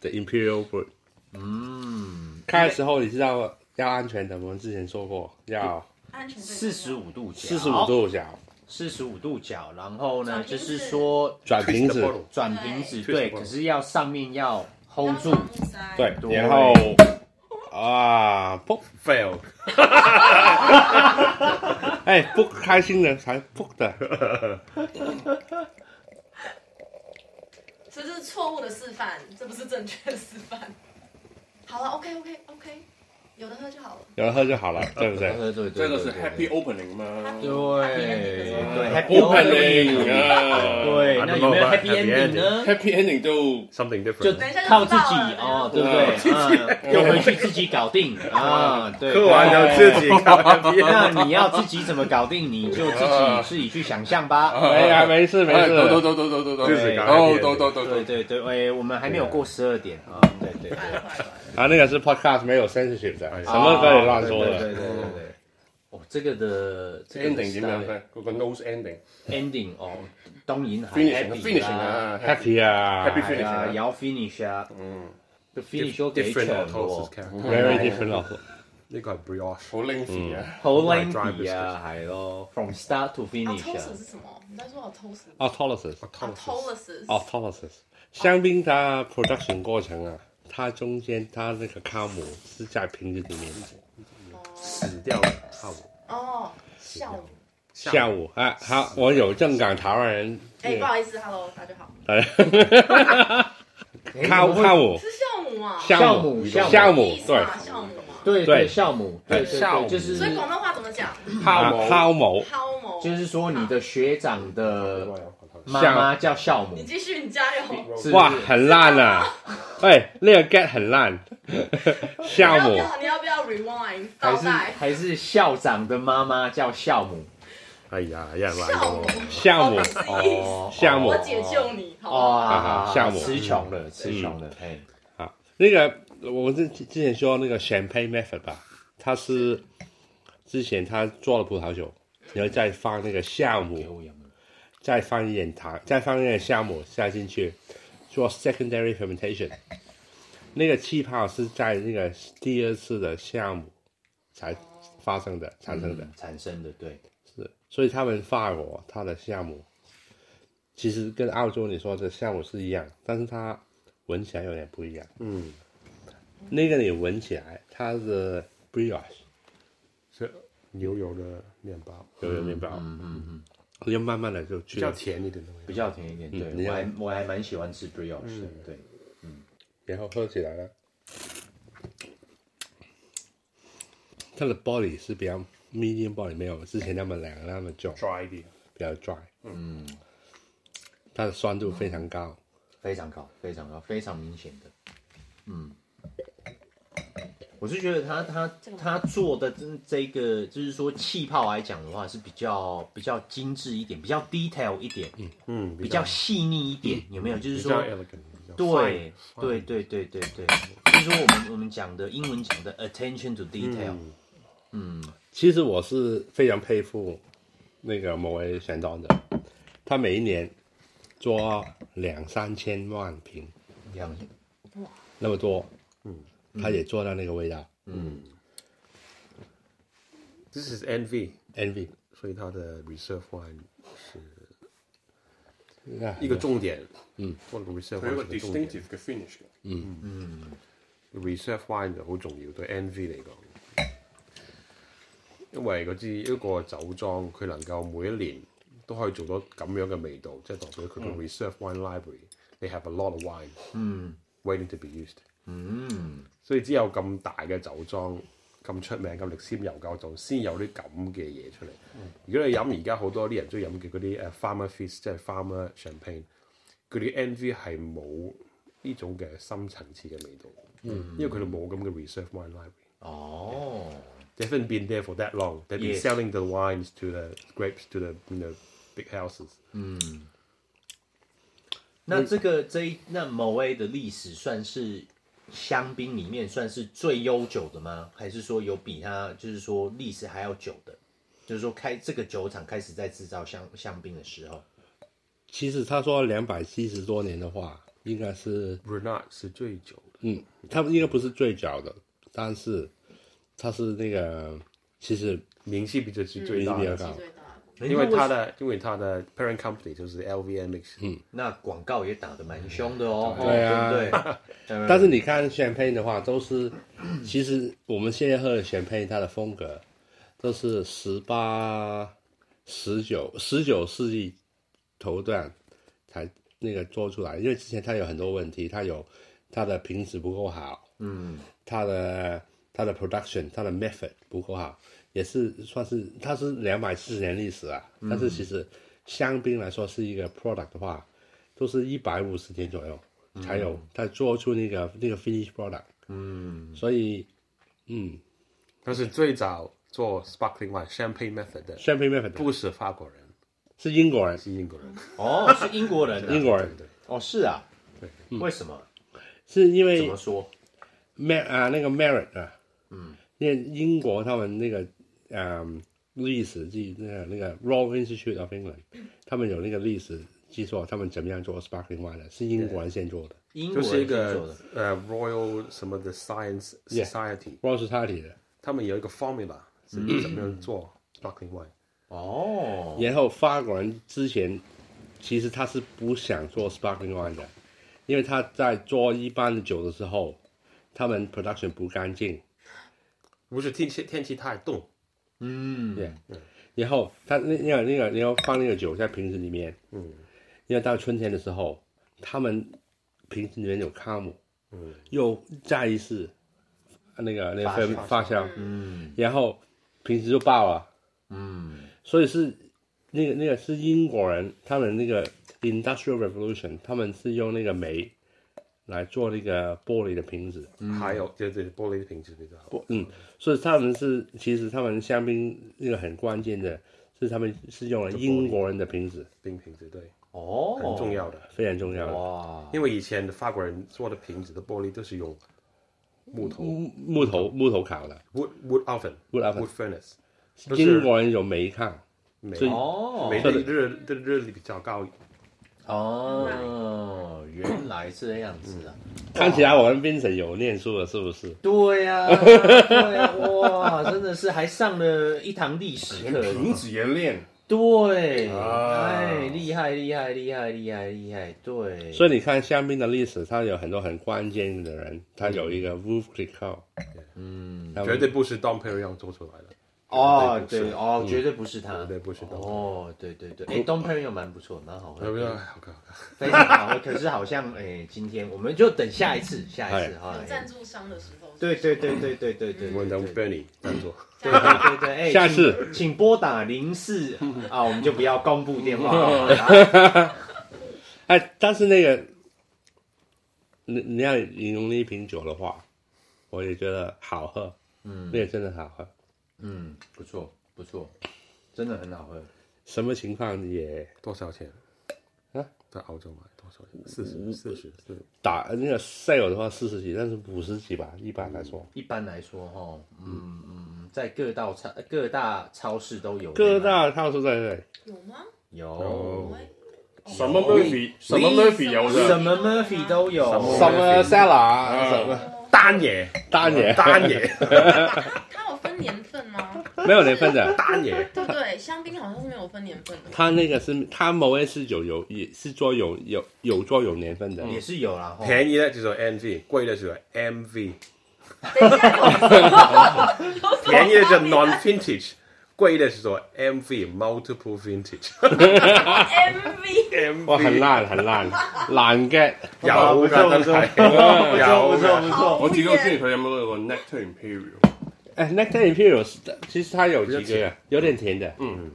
Speaker 2: 的 imperial brew。嗯，开的时候你知道要安全的，我们之前说过要
Speaker 5: 安全
Speaker 3: 四十五度角，
Speaker 2: 四十五度角
Speaker 3: 四十五度角，然后呢，
Speaker 5: 转
Speaker 3: 就
Speaker 5: 瓶子
Speaker 3: 是说
Speaker 2: 转瓶子，
Speaker 3: 转瓶子，
Speaker 1: 对确
Speaker 3: 对，
Speaker 1: 实
Speaker 3: 可是要上面要 hold 住，
Speaker 2: 对，
Speaker 3: 对
Speaker 2: 然后啊不，
Speaker 1: fail，
Speaker 2: 哎不开心的才不的，
Speaker 5: 所以这是错误的示范，这不是正确的示范。好了，OK OK OK，有的喝就好了。
Speaker 2: 有人喝就好了，对不对？
Speaker 3: 对对对，
Speaker 4: 这个是
Speaker 3: 对
Speaker 4: happy opening 吗？
Speaker 3: 对
Speaker 5: ending
Speaker 3: 对 happy
Speaker 4: opening
Speaker 3: ending，
Speaker 4: 啊，
Speaker 3: 对，那有没有
Speaker 1: Happy
Speaker 3: happy ending 呢？
Speaker 4: ，happy ending 就
Speaker 1: something
Speaker 3: 就
Speaker 1: different。
Speaker 5: 等一下就
Speaker 3: 靠
Speaker 5: 知
Speaker 3: 自己
Speaker 5: 道
Speaker 3: 哦，
Speaker 5: 了
Speaker 3: 对
Speaker 5: 等
Speaker 3: 不对？ 嗯，就回去自己搞定啊，对。
Speaker 1: 喝完了自己看片
Speaker 3: 那你要自己怎么搞定，你就自己自己去想象
Speaker 4: 啊
Speaker 3: 吧。
Speaker 2: 哎呀，没事没
Speaker 4: 哎，走走
Speaker 2: 事，
Speaker 4: 走走走走走，
Speaker 1: 自己搞
Speaker 4: 哦，走走走
Speaker 3: 对
Speaker 4: 走，
Speaker 3: 对对，哎，我们还没有过十二点啊，对对对，
Speaker 5: 快了快了快了
Speaker 2: 啊那个是 podcast 没有 censorship 的
Speaker 1: 哎，呀
Speaker 2: 什么可以乱说
Speaker 3: 啊对
Speaker 2: 的，
Speaker 3: 对对对对。哦，这个的这个的
Speaker 4: ending 點樣咧？嗰個 nose
Speaker 3: ending 哦，當然係
Speaker 4: ending，finishing，finishing 啊
Speaker 2: happy 啊
Speaker 4: Happy
Speaker 3: 係啊，
Speaker 4: finishing 啊
Speaker 3: 有 finish 啊，
Speaker 4: 嗯，
Speaker 3: 個 finish 都幾長
Speaker 1: different
Speaker 3: 喎
Speaker 1: autolysis character。
Speaker 2: ，very different 哦
Speaker 1: 呢個係 brioche，
Speaker 4: 好 lengthy 啊，
Speaker 3: 好
Speaker 1: Driver's
Speaker 3: lengthy 啊，係咯，from start to
Speaker 5: 啊
Speaker 3: finish
Speaker 5: 偷
Speaker 3: 啊
Speaker 5: 死，是什么？你在说我偷死？
Speaker 2: ，autolysis。
Speaker 5: 啊，偷了死。
Speaker 2: 哦 t o l y s i s 香槟它 production 过程啊，它中间它那个酵母是在瓶子里面的，
Speaker 1: 死掉了，靠我
Speaker 5: 哦，笑我。
Speaker 2: 下午啊，好，我有正港台湾人，
Speaker 5: 哎，不好意思，Hello，大家好，
Speaker 2: 呃，
Speaker 3: 哎
Speaker 2: 酵酵，母，
Speaker 5: 是酵母啊，
Speaker 2: 酵
Speaker 3: 酵母
Speaker 2: 酵母
Speaker 5: 意，思
Speaker 2: 对
Speaker 5: 嘛，酵母嘛。
Speaker 2: 對
Speaker 3: 對對，酵母，對對
Speaker 4: 酵
Speaker 3: 對，
Speaker 4: 母
Speaker 3: 就是
Speaker 5: 所以广东话怎么讲？
Speaker 2: 啊酵母，
Speaker 5: 酵母。
Speaker 3: 就是說你的学长的妈
Speaker 2: 酵
Speaker 3: 媽叫酵母
Speaker 5: 你，继续，你加油。
Speaker 3: 是
Speaker 2: 哇，很烂啊，哎，那个 get 很烂，酵
Speaker 5: 你
Speaker 2: 母
Speaker 5: 要不要你要不要 rewind
Speaker 3: 還
Speaker 5: 倒
Speaker 3: 是
Speaker 5: 带？
Speaker 3: 還是校长的媽媽叫酵母，
Speaker 1: 哎呀，有人賴
Speaker 5: 酵母
Speaker 1: 我。。
Speaker 2: 酵母
Speaker 5: 不好意思，
Speaker 3: 哦
Speaker 2: 酵母
Speaker 5: 我解救你，好不好？
Speaker 3: 哦，
Speaker 2: 酵母
Speaker 3: 吃窮了，
Speaker 2: 嗯
Speaker 3: 吃窮了，嘿，
Speaker 2: 啊，那个我们之之前说那个 champagne method 吧，它是之前他做了葡萄酒，然后再放那个酵母
Speaker 3: 給。我養
Speaker 2: 再放一点糖，再放一点酵母下进去，做 secondary fermentation。那个气泡是在那个第二次的酵母才发生的产生的，
Speaker 3: 產嗯生的，對。
Speaker 2: 是，所以他们法国它的酵母其实跟澳洲你说的酵母是一样，但是它闻起来有点不一样。嗯，那个你闻起来它的 brioche
Speaker 1: 是牛油的面包，
Speaker 4: 嗯
Speaker 3: 嗯
Speaker 2: 有有面包，要慢慢的就
Speaker 1: 比
Speaker 2: 去
Speaker 1: 较
Speaker 2: 了，
Speaker 1: 甜一点的味道。
Speaker 3: 比较甜一点。对，
Speaker 2: 嗯你
Speaker 3: 我
Speaker 2: 要嗯
Speaker 3: 还我还蛮喜欢吃 brioche 的。对，
Speaker 2: 然后喝起来了，它的 body 是比较 medium body，没有之前那么凉那么重，
Speaker 4: dry 一点，
Speaker 2: 比较 dry，嗯，它的酸度非常高，
Speaker 3: 非常高，非常高，非常明显的。嗯，我是觉得他他他做的这这个，就是说气泡来讲的话，是比较比较精致一点，比较 detail 一点，
Speaker 1: 嗯，
Speaker 3: 比较细腻一点，有没有？就是
Speaker 1: 比
Speaker 3: 说
Speaker 1: 较 elegant，比较
Speaker 3: 对
Speaker 1: fine，嗯
Speaker 3: 对
Speaker 1: fine
Speaker 3: 对对对对，就是说我们我们讲的英文讲的 attention to detail，
Speaker 1: 嗯
Speaker 2: 其实我是非常佩服那个某位选到的，他每一年做两三千万瓶
Speaker 3: 两
Speaker 2: 那么多，嗯，他也做到那个味道
Speaker 1: ，This is envy，
Speaker 2: ，envy
Speaker 1: 所以它的 reserve wine 是
Speaker 2: 啊
Speaker 1: 一个重点。嗯，做了个 reserve
Speaker 4: 佢有
Speaker 1: wine
Speaker 4: 一個
Speaker 1: 是個重點
Speaker 4: distinctive 嘅 finish 嘅。
Speaker 1: reserve wine 就好重要對 NV 嚟講，因為嗰支一個酒莊佢能夠每一年都可以做到咁樣嘅味道，即係代表佢個 reserve wine library，they have a lot of wine，waiting to be used。所以只有咁大嘅酒莊。咁出名、咁歷史悠久，就先有啲咁嘅嘢出嚟。如果你飲而家好多啲人中意飲嘅嗰啲誒 farmer fizz，即係 farmer champagne，佢哋嘅 NV 係冇呢種嘅深層次嘅味道。
Speaker 3: 嗯
Speaker 1: 因為佢哋冇咁嘅 reserve wine library。
Speaker 3: 哦
Speaker 1: They haven't been there for that long. They've been
Speaker 3: Yes.
Speaker 1: selling the wines to the grapes to the you know big houses.
Speaker 3: 那这个这一那某位的历史算是香槟里面算是最悠久的吗？还是说有比它就是说历史还要久的？就是说开这个酒厂开始在制造香香槟的时候，
Speaker 2: 其实他说两百七十多年的话，应该是
Speaker 1: Renard 是最久的，
Speaker 2: 嗯，他应该不是最早的，但是他是那个其实
Speaker 1: 名气比这是最大
Speaker 2: 名气比
Speaker 1: 的
Speaker 2: 较，
Speaker 5: 年纪最大的，
Speaker 1: 因为它的因为它的 parent company 就是 LVMH。
Speaker 3: 那广告也打得蛮凶的哦，
Speaker 2: 对啊
Speaker 3: 哦对不对？
Speaker 2: 但是你看 champagne 的话，都是其实我们现在喝的 champagne 它的风格都是十八、十九、十九世纪头段才那个做出来，因为之前它有很多问题，它有它的品质不够好，嗯，它的它的 production 它的 method 不够好，也是算是它是两百四十年历史啊，但是其实香槟来说是一个 product 的话，都是一百五十天左右。才有他做出那个那个 finish product。嗯，所以嗯
Speaker 1: 但是最早做 sparkling wine champagne method 的
Speaker 2: ，champagne method
Speaker 1: 不是法国人，
Speaker 2: 是英国人，
Speaker 1: 是英国人。
Speaker 3: 哦，是英国人、啊，
Speaker 2: 英国人
Speaker 3: 哦，是啊，
Speaker 1: 嗯
Speaker 3: 为什么？
Speaker 2: 是因
Speaker 3: 怎
Speaker 2: 为
Speaker 3: 么说？
Speaker 2: mer 啊那个 merit 啊，嗯，因为英国他们那个嗯历史记那个那个 Royal Institute of England，他们有那个历史记错，他们怎么样做 sparkling wine 的，是英国人先做的
Speaker 3: 英
Speaker 1: 就
Speaker 3: 国
Speaker 1: 是一
Speaker 3: 人先做
Speaker 1: 个
Speaker 3: 的，
Speaker 1: 呃 Royal 什么的 Science
Speaker 2: Yeah
Speaker 1: Society，
Speaker 2: ，Royal Society 的。
Speaker 1: 他们有一个 formula 是
Speaker 3: 嗯
Speaker 1: 怎么样做 sparkling wine。
Speaker 3: 哦，
Speaker 2: 然后法国人之前其实他是不想做 sparkling wine 的，因为他在做一般的酒的时候，他们 production 不干净，
Speaker 1: 不是天气天气太冻，
Speaker 3: 嗯
Speaker 2: 然后他那那个那个你要放那个酒在瓶子里面，嗯，因为到春天的时候，他们瓶子里面有酵母，嗯，又再一次那个那个
Speaker 3: 发
Speaker 2: 分
Speaker 3: 酵
Speaker 2: 发酵，嗯，然后瓶子就爆了，嗯，所以是那个那个是英国人，他们那个 Industrial Revolution，他们是用那个煤来做那个玻璃的瓶子，
Speaker 1: 还有对对玻璃瓶子比较好。
Speaker 2: 不，嗯，所以他们是其实他们香槟一个很关键的是他们是用了英国人的瓶子，
Speaker 1: 冰瓶子对，
Speaker 3: 哦，
Speaker 1: 很重要的。
Speaker 2: 非常重要的
Speaker 3: 哇，
Speaker 1: 因为以前的法国人做的瓶子的玻璃都是用木头
Speaker 2: 木木头木头烤的，
Speaker 1: wood wood oven
Speaker 2: 嗯 Wood oven
Speaker 1: furnace，都是
Speaker 2: 英国人有煤炭，
Speaker 1: 煤
Speaker 2: 所以
Speaker 3: 哦，
Speaker 1: 煤的热的热力比较高，
Speaker 3: 哦，原来这样子啊！
Speaker 2: 看起来我跟 Vincent 有念书了，是不是？
Speaker 3: 对呀、对呀、 哇，真的是还上了一堂历史
Speaker 4: 連
Speaker 3: 课。
Speaker 4: 瓶子也練，
Speaker 3: 对，
Speaker 4: 啊
Speaker 3: 哎，厉害厉害厉害厉害厉害，对，
Speaker 2: 所
Speaker 3: 以
Speaker 2: 以你看香槟的历史，它有很多很关键的人，他有一个 Wolf c l i c o 嗯，他
Speaker 1: 绝
Speaker 2: 们
Speaker 1: 对不是 Dom p e r i g n 做出来的。
Speaker 3: 哦，
Speaker 1: 绝
Speaker 3: 对
Speaker 1: 不是嗯
Speaker 3: 哦，绝对不是他，
Speaker 1: 绝对不是他
Speaker 3: 哦，对对对，哎，东喷又蛮不错，蛮好喝
Speaker 2: 嗯
Speaker 1: 要不要？
Speaker 3: 的，
Speaker 1: 哎好看好看，
Speaker 3: 非常好喝。可是好像哎，今天我们就等下一次，下一次哈。
Speaker 5: 有
Speaker 3: 哎
Speaker 5: 赞助商的时候，
Speaker 3: 对对对对对对对，
Speaker 1: 我们让
Speaker 3: 对
Speaker 1: Benny 赞助。
Speaker 3: 对对对对，哎，
Speaker 2: 下次
Speaker 3: 请请拨打零四啊，我们就不要公布电 话了。
Speaker 2: 哎，但是那个，你你要形容那一瓶酒的话，我也觉得好喝，
Speaker 3: 嗯
Speaker 2: 那个真的好喝。
Speaker 3: 嗯，不错不错，真的很好喝。
Speaker 2: 什么情况也
Speaker 1: 多少钱？
Speaker 2: 啊，嗯
Speaker 1: 在澳洲买多少钱？四十，四十，四十。
Speaker 2: 打那个 sale 的话四十几，但是五十几吧，一般来
Speaker 4: 嗯
Speaker 2: 说，
Speaker 3: 一般来说，哈，嗯嗯，在各大超各大超市都有
Speaker 2: 各
Speaker 3: 对吗
Speaker 2: 大套数在这里。
Speaker 5: 有吗？
Speaker 2: 哦
Speaker 3: 有
Speaker 1: 哦
Speaker 5: 喂
Speaker 4: 什么 Murphy，什么 Murphy 有
Speaker 5: 什
Speaker 4: 的，
Speaker 3: 什么 Murphy 都有，
Speaker 4: 哦
Speaker 1: 什
Speaker 2: 什么
Speaker 4: 嗯
Speaker 2: Sala，什么
Speaker 5: 哦
Speaker 1: 单爷，
Speaker 2: 单年
Speaker 1: 单爷，
Speaker 5: 它有分年份吗？
Speaker 4: 嗯
Speaker 2: 没有年份的，
Speaker 1: 单爷，
Speaker 5: 对不对？香槟好像是没有分年份的。
Speaker 2: 他那个是他某位是有有也是做有有有做有年份的，
Speaker 4: 嗯
Speaker 3: 也是有啦，哈，
Speaker 1: 便宜的就说 NV，贵的就说 MV，
Speaker 5: 等
Speaker 1: 便
Speaker 5: 一下，有什么
Speaker 1: 宜的就
Speaker 5: 有什么
Speaker 1: non vintage，贵的是说 MV multiple vintage，
Speaker 5: MV
Speaker 2: 哇，很烂很烂，烂 get，
Speaker 1: 有
Speaker 3: 不
Speaker 1: 噶
Speaker 3: 错
Speaker 1: 真
Speaker 3: 不错，
Speaker 1: 係，
Speaker 3: 不错不错不错，
Speaker 4: 我自己都中意佢飲嗰個 Nectar Imperial，
Speaker 2: 哎，Nectar Imperial 是其实它有
Speaker 1: 较
Speaker 2: 几个呀有点甜的，
Speaker 4: 嗯，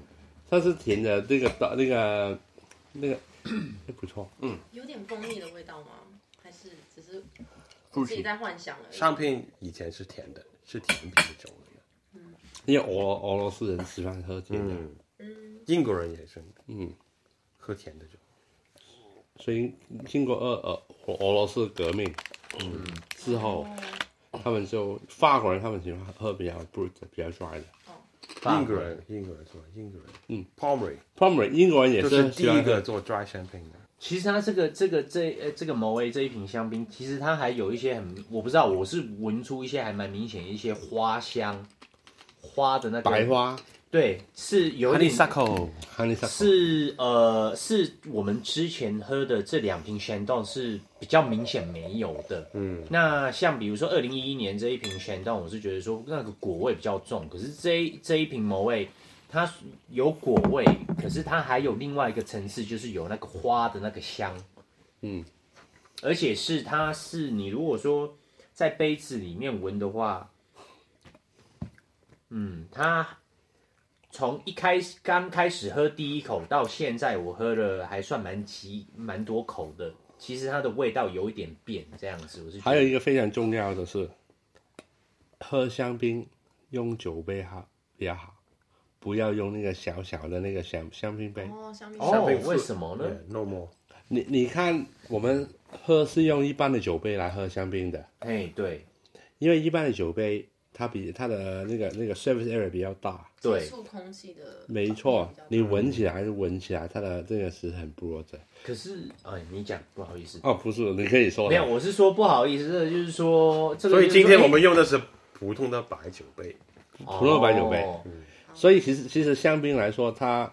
Speaker 2: 它是甜的，那个那个那个 哎不错，
Speaker 5: 有点蜂蜜的味道吗？还是只是
Speaker 4: 不
Speaker 5: 自己
Speaker 4: 行，
Speaker 5: 在幻想而已？
Speaker 1: 商品以前是甜的，是甜品的酒嚟嘅。
Speaker 2: 因为俄罗俄罗斯人喜欢喝甜的，
Speaker 1: 嗯，
Speaker 5: 嗯，
Speaker 1: 英國人也是
Speaker 2: 嗯，
Speaker 1: 喝甜的酒。
Speaker 2: 所以经过俄俄俄俄罗斯革命，嗯，之后
Speaker 5: 哦
Speaker 2: 他们就法国人他们喜欢喝比较 brut 的比较 dry 的。
Speaker 1: 英國人，英國人做英國人，
Speaker 2: 嗯
Speaker 1: p a l m e r y
Speaker 2: p r o m e r 英国人也
Speaker 1: 就是是
Speaker 2: 喜
Speaker 1: 第
Speaker 2: 欢
Speaker 1: 一
Speaker 2: 喝
Speaker 1: 個做 dry champagne 的。
Speaker 3: 其实它这个这个这呃这个某威这一瓶香槟，其实它还有一些很，我不知道，我是闻出一些还蛮明显的一些花香，花的那个
Speaker 2: 白，花
Speaker 3: 对，是有点
Speaker 1: Honeysuckle，
Speaker 2: honeysuckle，
Speaker 3: 是呃，是我们之前喝的这两瓶 Shandong 是比较明显没有的。嗯，那像比如说二零一一年这一瓶 Shandong，我是觉得说那个果味比较重，可是这一这一瓶某味它有果味，可是它还有另外一个层次，就是有那个花的那个香。
Speaker 2: 嗯，
Speaker 3: 而且是它是你如果说在杯子里面闻的话，嗯，它从一开始刚开始喝第一口到现在，我喝了还算蛮急蛮多口的。其实它的味道有一点变，这样子我是觉得
Speaker 2: 还有一个非常重要的是，喝香槟用酒杯好比较好，不要用那个小小的那个香香槟杯。
Speaker 5: 哦，香槟
Speaker 3: 哦，为什么呢？
Speaker 1: Yeah，no more。
Speaker 2: 你你看，我们喝是用一般的酒杯来喝香槟的，
Speaker 3: 哎，对
Speaker 2: 因为一般的酒杯它比它的那个那个 surface area 比较大。
Speaker 5: 接
Speaker 3: 对，
Speaker 5: 触空气的，
Speaker 2: 没错，你闻起来闻起来，它的这个是很薄弱的。
Speaker 3: 可是哎，你讲不好意思，
Speaker 2: 哦，不是，你可以说
Speaker 3: 没有，
Speaker 2: 的。
Speaker 3: 我是说不好意思，这个就是说这个
Speaker 1: 所
Speaker 3: 就是说，
Speaker 1: 以今天我
Speaker 3: 哎
Speaker 1: 们用的是普通的白酒杯，
Speaker 2: 普通的白酒杯
Speaker 3: 哦
Speaker 2: 所以其实其实香槟来说，它，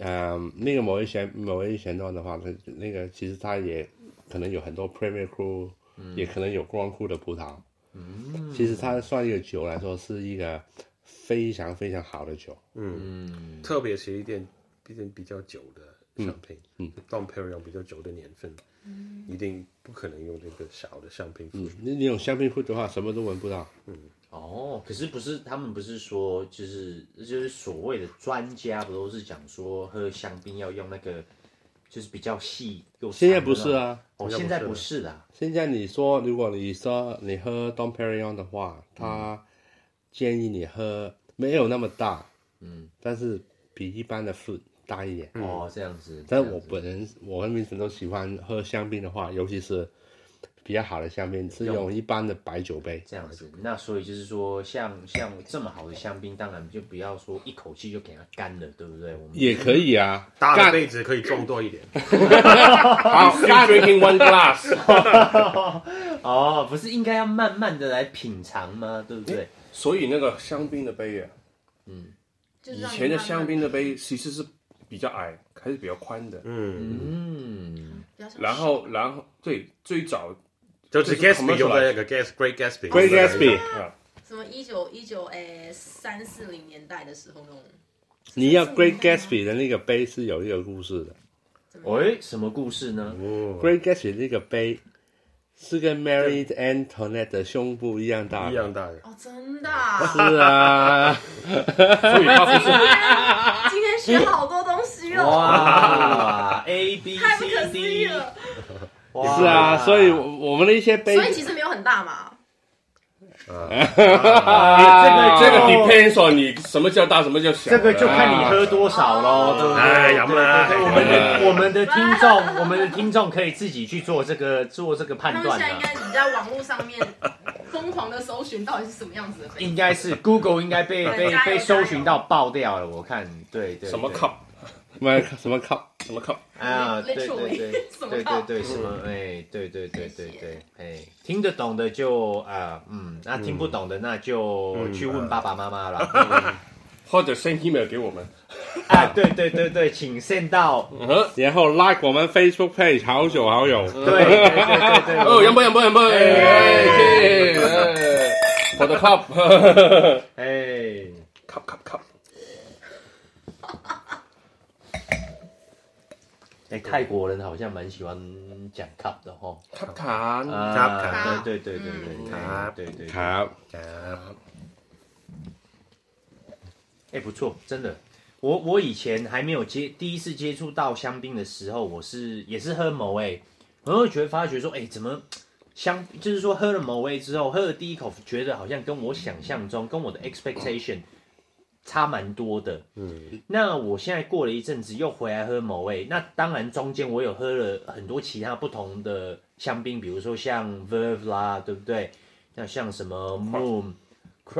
Speaker 2: 呃，那个某一选某一选段的话，它那个其实它也可能有很多 Premier Cru，、也
Speaker 3: 嗯
Speaker 2: 可能有 Grand Cru 的葡萄。嗯，其实它算一个酒来说，是一个非常非常好的酒。
Speaker 1: 特别是一点一点比较久的商品，嗯，当 p e r i o 比较久的年份，一定不可能用这个小的香槟。
Speaker 2: 嗯，那你用香槟 fruit 的话，什么都闻不到。
Speaker 3: 哦，可是不是他们不是说就是就是所谓的专家不都是讲说喝香槟要用那个就是比较细又
Speaker 2: 现在
Speaker 3: 长的
Speaker 2: 不是
Speaker 3: 那种，
Speaker 2: 啊，
Speaker 3: 哦，
Speaker 1: 现
Speaker 3: 现
Speaker 1: 在
Speaker 3: 在
Speaker 1: 不
Speaker 3: 不
Speaker 1: 是
Speaker 3: 是啦。
Speaker 2: 现在你说，如果你说你喝 Dom Perignon 的话，他建议你喝没有那么大，嗯，但是比一般的 fruit 大一点。
Speaker 3: 哦，这样子。
Speaker 2: 嗯但
Speaker 3: 这
Speaker 2: 是
Speaker 3: 样
Speaker 2: 我
Speaker 3: 子
Speaker 2: 本人，我跟明成都喜欢喝香槟的话，尤其是比较好的香槟，是用一般的白酒杯。
Speaker 3: 这样子，那所以就是说，像像这么好的香槟，当然就不要说一口气就给它干了，对不对？我们
Speaker 2: 也可以啊，
Speaker 1: 大的
Speaker 2: 干
Speaker 1: 杯子可以装多一点，
Speaker 2: 好干
Speaker 4: drinking one glass，
Speaker 3: 哦，不是应该要慢慢的来品尝吗？对不对？
Speaker 4: 所以那個香檳的杯啊，
Speaker 5: 就是
Speaker 4: 以
Speaker 5: 让你
Speaker 4: 前的
Speaker 5: 慢慢
Speaker 4: 香檳的杯其實是比較矮，还是比較寬的，
Speaker 1: 嗯，
Speaker 3: 嗯，
Speaker 5: 比较像
Speaker 4: 然后然后对最早
Speaker 1: 就是
Speaker 4: 这是
Speaker 1: Gatsby 用
Speaker 4: commercialized
Speaker 1: 的那个 Gas Great Gatsby，
Speaker 2: Great Gatsby
Speaker 4: 啊
Speaker 5: 什么一九一九诶三四零年代的时候那种。
Speaker 2: 你要 Great Gatsby 的那个碑是有一个故事的。
Speaker 5: 怎么
Speaker 3: 喂，什么故事呢？
Speaker 1: 哦，
Speaker 2: Great Gatsby 那个碑是跟 Mary Antoinette 的胸部一样 大
Speaker 1: 一
Speaker 2: 的。
Speaker 1: 样大的，
Speaker 5: 哦，真的、啊，
Speaker 2: 是啊，
Speaker 4: 所以他不是
Speaker 5: 今天学好多东西哦，
Speaker 3: 哇，A B
Speaker 5: 太不可
Speaker 3: C
Speaker 5: 思议
Speaker 3: D，
Speaker 5: 了。
Speaker 3: 哇
Speaker 2: 是啊，所以我我们的一些碑
Speaker 5: 所以其实没有很大嘛，
Speaker 2: 啊，
Speaker 4: 这个
Speaker 3: 哦
Speaker 4: depends on 你什么叫大，什么叫小。
Speaker 3: 这个就看你喝多少喽，
Speaker 5: 啊
Speaker 4: 哦
Speaker 3: 对不对？
Speaker 1: 哎呀妈
Speaker 3: 对对对我们
Speaker 1: 哎
Speaker 3: 的我们的听众，我们的听众可以自己去做这个做这个
Speaker 5: 他
Speaker 3: 判
Speaker 5: 们现
Speaker 3: 断
Speaker 5: 在应
Speaker 3: 的。
Speaker 5: 该你在网络上面疯狂的搜寻到底是什么样子的杯
Speaker 3: 应该是 Google 应该被
Speaker 5: 对
Speaker 3: 被
Speaker 5: 加油
Speaker 3: 被搜寻到爆掉了，我看对对对
Speaker 4: 什么 cup，
Speaker 2: 什么什么靠，
Speaker 4: 什么 cup，
Speaker 3: 啊，对对
Speaker 5: Literally，
Speaker 3: 对
Speaker 5: 什么
Speaker 3: 对对
Speaker 5: cup
Speaker 3: 对什
Speaker 4: 嗯
Speaker 3: 么哎，对对对对对哎，听得懂的就啊嗯，那听不懂的那就去问爸爸妈妈了。
Speaker 4: 嗯或者 send email 给我们。
Speaker 3: 啊，对对对对，请 send 到
Speaker 4: 嗯哼，
Speaker 2: 然后 like 我们 Facebook page 好久好友，
Speaker 3: 对对对对
Speaker 4: 哦，
Speaker 3: 对，
Speaker 4: 杨波杨波杨波，哎，我的 cup，cup
Speaker 3: 哎。
Speaker 4: cup cup，
Speaker 3: 哎、泰国人好像蛮喜欢讲 cup 的吼，
Speaker 4: cup 卡，
Speaker 1: cup，cup
Speaker 3: 对对对对对
Speaker 1: 嗯
Speaker 3: 对对对，哎、
Speaker 2: 好，
Speaker 1: 啊
Speaker 3: 哎不错，真的。我我以前还没有接第一次接触到香槟的时候，我是也是喝某威，然后觉得发觉说，哎、怎么香就是说喝了某威之后，喝了第一口，觉得好像跟我想象中跟我的 expectation 差蛮多的。
Speaker 1: 嗯，
Speaker 3: 那我现在过了一阵子又回来喝某味，那当然中间我有喝了很多其他不同的香槟，比如说像 Verve 啦，对不对？那像什么 Moon，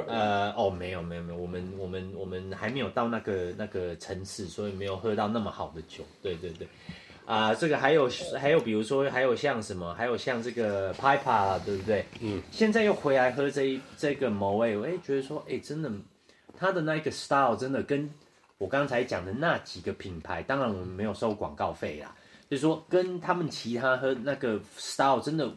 Speaker 3: 呃，哦，没有没有没有，我们我们我们还没有到那个那个层次，所以没有喝到那么好的酒。对对对，啊、这个还有还有比如说还有像什么，还有像这个 Pipa 啦，对不对？嗯，现在又回来喝这一这个某味，我哎觉得说，哎，真的。它的那个 style 真的跟我刚才讲的那几个品牌，当然我们没有收广告费啦，就是说跟他们其他喝那个 style 真的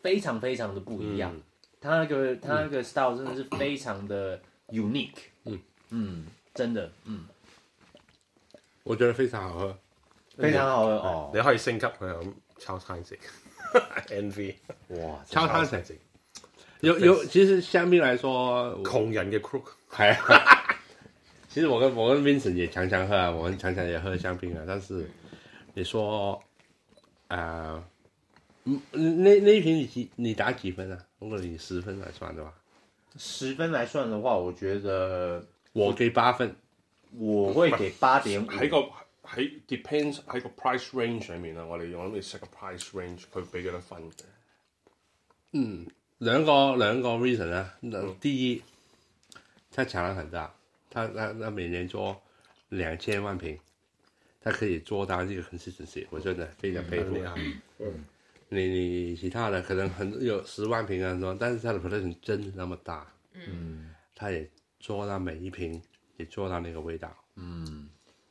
Speaker 3: 非常非常的不一样，它那个它那个 style 真的是非常的 unique，嗯嗯，真的嗯
Speaker 2: 我觉得非常好喝。
Speaker 3: 非常好喝哦，
Speaker 1: 你可以升級佢咁抄餐 食，envy
Speaker 3: 哇，
Speaker 2: 超
Speaker 1: 抄
Speaker 2: 餐
Speaker 1: 餐
Speaker 2: 食，
Speaker 1: 食，
Speaker 2: 有有，其实相比来说，我
Speaker 1: 窮人嘅 crook，
Speaker 2: 系啊。其实我跟我跟 Vincent 也常常喝啊，我们常常也喝香槟啊。但是你说，呃，嗯那那一瓶你几你打几分啊？如果你十分来算的话，
Speaker 3: 十分来算的话，我觉得
Speaker 2: 我给八分。
Speaker 3: 我会给八点五，
Speaker 4: 喺個喺 depends 喺個 price range 上面啊，我哋我諗你 set 個 price range，佢俾幾多分嘅？
Speaker 2: 两个两个 reason 啊，那第一，它产量很大，它它它每年做两千万瓶，它可以做到这个 consistency，我真的非常佩服。
Speaker 1: 你係
Speaker 2: 嗯你你其他的可能很有十万瓶啊什么，但是它的 production 真的那么大，
Speaker 3: 嗯，
Speaker 2: 它也做到每一瓶也做到那个味道。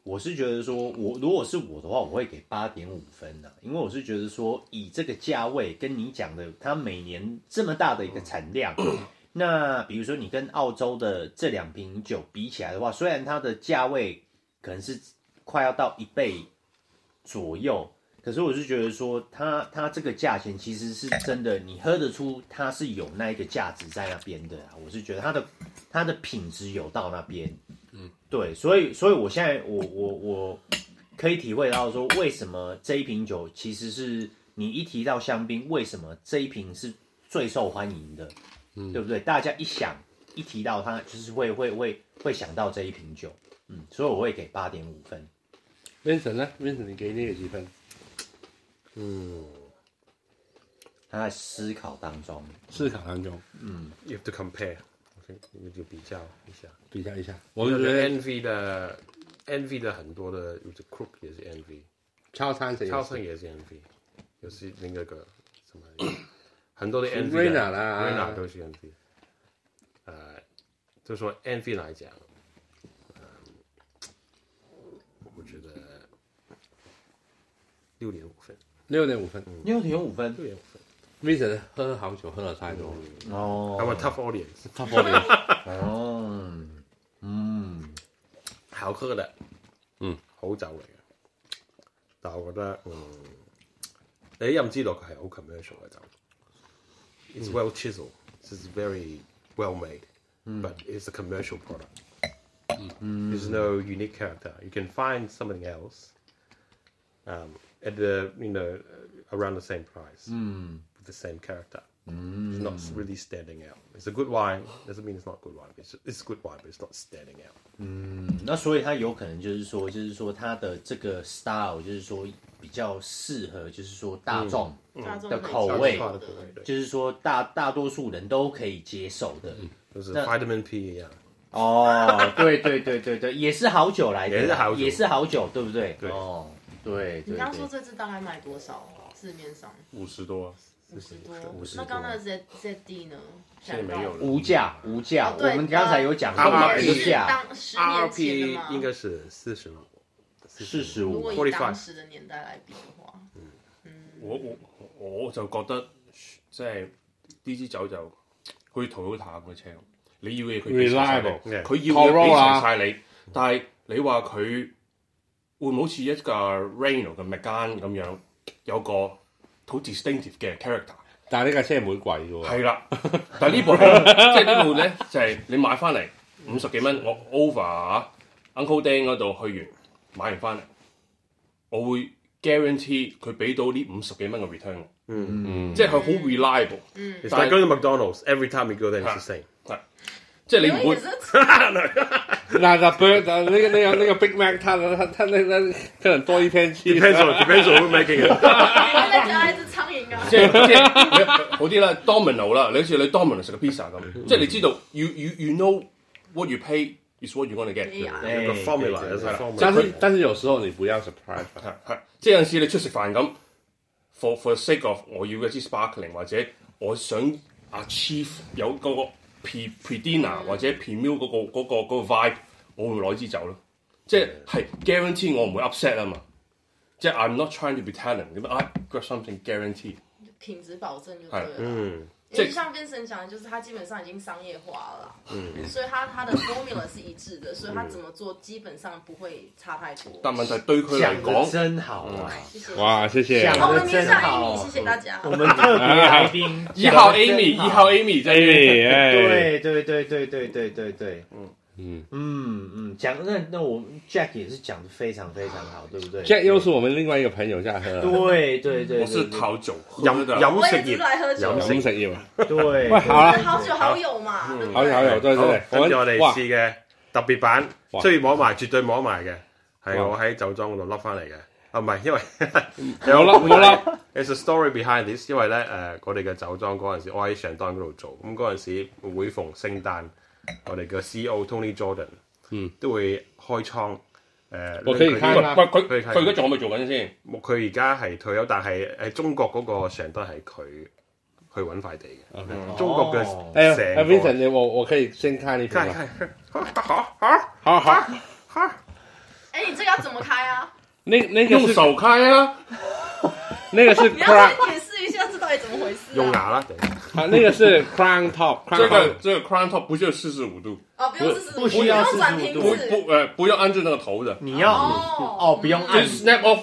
Speaker 3: 我是觉得说，我如果是我的话，我会给八点五分的、因为我是觉得说，以这个价位跟你讲的，它每年这么大的一个产量，那比如说你跟澳洲的这两瓶酒比起来的话，虽然它的价位可能是快要到一倍左右，可是我是觉得说它，它这个价钱其实是真的，你喝得出它是有那一个价值在那边的啊。我是觉得它的它的品质有到那边，对，所以所以我现在我我我可以体会到说，为什么这一瓶酒其实是你一提到香槟，为什么这一瓶是最受欢迎的，对不对？大家一想一提到它，就是会会会会想到这一瓶酒，嗯，所以我会给八点五分。
Speaker 2: Vincent 呢？Vincent 你给那个几分？
Speaker 3: 他在思考当中，
Speaker 2: 思考当中
Speaker 1: you have to compare，我先你就比較一下。
Speaker 2: 比较一下，
Speaker 1: 我
Speaker 2: 我
Speaker 1: 就
Speaker 2: 就
Speaker 1: 觉
Speaker 2: 觉
Speaker 1: 得
Speaker 2: 得
Speaker 1: envy 的 envy 的很多的，有些 crook 也是 envy，
Speaker 2: 超三十
Speaker 1: 超生也是 envy，有些那个个什么很多的 envy 的
Speaker 2: Rena 啦
Speaker 1: Rena 都是 envy。呃，就说 envy 来讲，嗯，我觉得六点五分，
Speaker 2: 六点五分。
Speaker 3: 六点五分
Speaker 1: 六点五分，
Speaker 2: Vincent 喝好酒喝了太多了，
Speaker 3: 哦，
Speaker 1: I'm a tough audience，
Speaker 2: 他玻璃
Speaker 3: 哦，嗯，
Speaker 1: 好喝的，嗯，好酒嚟嘅。但係我覺得，嗯，你又唔知道佢係好 commercial 嘅酒。It's well chiseled, it's very well made, but it's a commercial product. There's no unique character. You can find something else um, at the you know around the same price with the same character. It's not really standing out. It's a good wine. Doesn't mean it's not good wine. It's it's good wine, but it's not standing out.
Speaker 3: 那所以它有可能就是说，就是说它的这个 style 就是说比较适合，就是说大众，
Speaker 5: 大众
Speaker 3: 的
Speaker 5: 可以
Speaker 3: 口
Speaker 5: 接受
Speaker 3: 味
Speaker 1: 大眾化的口味對
Speaker 3: 就是说大大多数人都可以接受的。
Speaker 1: 就是
Speaker 3: 那
Speaker 1: vitamin P 一样。
Speaker 3: 哦，对对对对对，也是好酒来的啦，
Speaker 1: 也是好酒
Speaker 3: 也是好酒，对不对？
Speaker 1: 对
Speaker 3: 哦，对对
Speaker 5: 你刚刚说
Speaker 3: 对，
Speaker 5: 这支大概卖多少？市面上
Speaker 4: 五十多啊，
Speaker 5: 五十多
Speaker 3: 50，
Speaker 5: 那刚刚那个 Z Z D 呢？
Speaker 4: 现在没有了。
Speaker 3: 无价无价，
Speaker 5: 哦
Speaker 3: 我
Speaker 5: 对
Speaker 3: 们刚才有讲过
Speaker 1: 呃
Speaker 5: 当
Speaker 1: 也
Speaker 3: 无
Speaker 5: 是
Speaker 3: 价
Speaker 5: 当十年前的
Speaker 1: RP
Speaker 5: 吗？
Speaker 1: 应该是四十五，
Speaker 3: 四十
Speaker 5: 如
Speaker 3: 五
Speaker 5: 果以当时的年代来比的话，
Speaker 4: 我我我就覺得即係呢支酒就好似 Toyota 咁嘅車，你要嘅嘢佢俾晒你
Speaker 2: Reliable，
Speaker 1: yeah
Speaker 4: 佢要嘅嘢俾
Speaker 2: Corolla
Speaker 4: 齊晒你，但係你話佢會唔會好似一架 Renault 嘅 Megane 咁樣有個好 distinctive 嘅 character？
Speaker 2: 但係呢架車唔會貴嘅喎，
Speaker 4: 係啦， 但係呢部呢即係呢部咧就係、你買翻嚟五十幾蚊，我 over 啊 Uncle Dan 嗰度去完買完翻嚟，我會 guarantee 佢俾到呢五十幾蚊嘅 return 我。嗯，即係佢好 reliable，
Speaker 1: It's
Speaker 4: 但
Speaker 1: like
Speaker 4: 係
Speaker 1: going to McDonald's. Every time you go there, it's the same.
Speaker 4: 即係你
Speaker 5: 因
Speaker 4: 唔
Speaker 5: 為
Speaker 4: 會
Speaker 5: 也是
Speaker 2: 嗱嗱 bird 嗱呢個呢個呢個 Big Mac，他他他那那可能多一天
Speaker 1: Depends
Speaker 2: 吃。
Speaker 1: on depends on who's making it.
Speaker 5: 原来家一只苍蝇 啊！
Speaker 4: 即係即係 好啲啦，Domino 啦，你好似你 Domino 食個 pizza 咁，即係你知道 you you you know what you pay is what you want to get。
Speaker 5: 哎呀，
Speaker 1: 有個 formula，
Speaker 3: 哎
Speaker 1: 有個
Speaker 3: 對
Speaker 1: formula。
Speaker 2: 但是但是有時候你不要 surprise，
Speaker 4: 係係， 即係有陣時你出食飯咁，for for the sake of 我要一支 sparkling 或者我想 achieve 有嗰個 pre pre dinner 或者 pre meal 嗰、個嗰、個嗰、個 vibe，我會攞支酒咯。即係係 guarantee 我唔會 upset 啊嘛。即係 I'm not trying to be talent，咁 I got something guarantee。
Speaker 5: 品质保证就对了。
Speaker 1: 嗯，
Speaker 5: 因为像 Vincent 讲的，就是它基本上已经商业化了啦，所以它它的 formula 是一致的，所以它怎么做基本上不会差太多。
Speaker 4: 但問題對佢嚟
Speaker 3: 讲的
Speaker 4: 講，
Speaker 3: 真好啊！
Speaker 5: 谢谢。
Speaker 2: 哇，謝謝
Speaker 3: 像
Speaker 5: 好，我们接下一米，谢谢大家。
Speaker 3: 我们特别来宾
Speaker 4: 一號
Speaker 3: 讲得真
Speaker 4: Amy，
Speaker 3: 好
Speaker 4: 一號 Amy 即係
Speaker 2: ，Amy，哎，
Speaker 3: 对对对对对对对对，嗯
Speaker 2: 嗯
Speaker 3: 嗯嗯，讲那那我们 Jack 也是讲的非常非常好，对不对
Speaker 2: Jack 又是我們另外一個朋友在喝，
Speaker 3: 对对对，
Speaker 4: 我是
Speaker 3: 对
Speaker 4: 靠酒
Speaker 1: 飲
Speaker 4: 飲的，
Speaker 1: 飲
Speaker 5: 我
Speaker 1: 食
Speaker 5: 也只
Speaker 1: 業，
Speaker 5: 来喝酒，
Speaker 1: 飲
Speaker 2: 飲食業啊，
Speaker 3: 对对，
Speaker 2: 喂好啊
Speaker 5: 好酒好友嘛，对不
Speaker 2: 好
Speaker 5: 对
Speaker 2: 友好友，對
Speaker 1: 好
Speaker 2: 對
Speaker 1: Oh，跟住我哋
Speaker 2: 哇
Speaker 1: 試嘅特別版
Speaker 2: 哇，
Speaker 1: 雖然摸埋，絕對摸埋嘅，係
Speaker 2: 哇
Speaker 1: 我喺酒莊嗰度笠翻嚟嘅。啊，唔係，因為
Speaker 2: 冇啦冇啦，
Speaker 1: It's a story behind this，因為咧誒、呃我哋嘅酒莊嗰陣時，我喺上當嗰度做，咁嗰陣時每逢聖誕，我哋嘅 CEO Tony Jordan，
Speaker 2: 嗯，
Speaker 1: 都會開倉誒。呃
Speaker 2: 我可以
Speaker 1: 拎佢啲
Speaker 2: 開啦
Speaker 4: 喂佢
Speaker 1: 佢係
Speaker 4: 佢而家仲有咪做緊先？
Speaker 1: 佢而家係退休，但係誒中國嗰個成都係佢去揾塊地嘅。中國嘅
Speaker 3: 哦
Speaker 2: 哎
Speaker 1: 成
Speaker 2: 哎
Speaker 1: 個
Speaker 2: ，Vincent，你我我可以先看一瓶
Speaker 1: 看
Speaker 2: 嗎？
Speaker 1: 看，嚇好好
Speaker 2: 好好，
Speaker 1: 好，
Speaker 5: 哎，你这个要怎么开啊？
Speaker 2: 那那
Speaker 4: 用
Speaker 2: 個是
Speaker 4: 手開啊！
Speaker 2: 那個是
Speaker 5: 你要
Speaker 2: Crown，
Speaker 5: 先解释一下这到底怎么回事
Speaker 1: 用
Speaker 5: 啊？
Speaker 1: 牙啦，等下
Speaker 2: 啊，那個是 Crown Top，Crown
Speaker 4: 這
Speaker 2: Top
Speaker 4: 個。這個 crown top 不就四十五度？
Speaker 5: 哦，不用试试，
Speaker 3: 不需要
Speaker 5: 不用转瓶
Speaker 4: 不
Speaker 5: 子。
Speaker 4: 不，呃，不要按住那个头的，
Speaker 3: 你要
Speaker 5: 哦
Speaker 3: 哦，不用
Speaker 4: 就
Speaker 3: 按
Speaker 4: 是 snap off。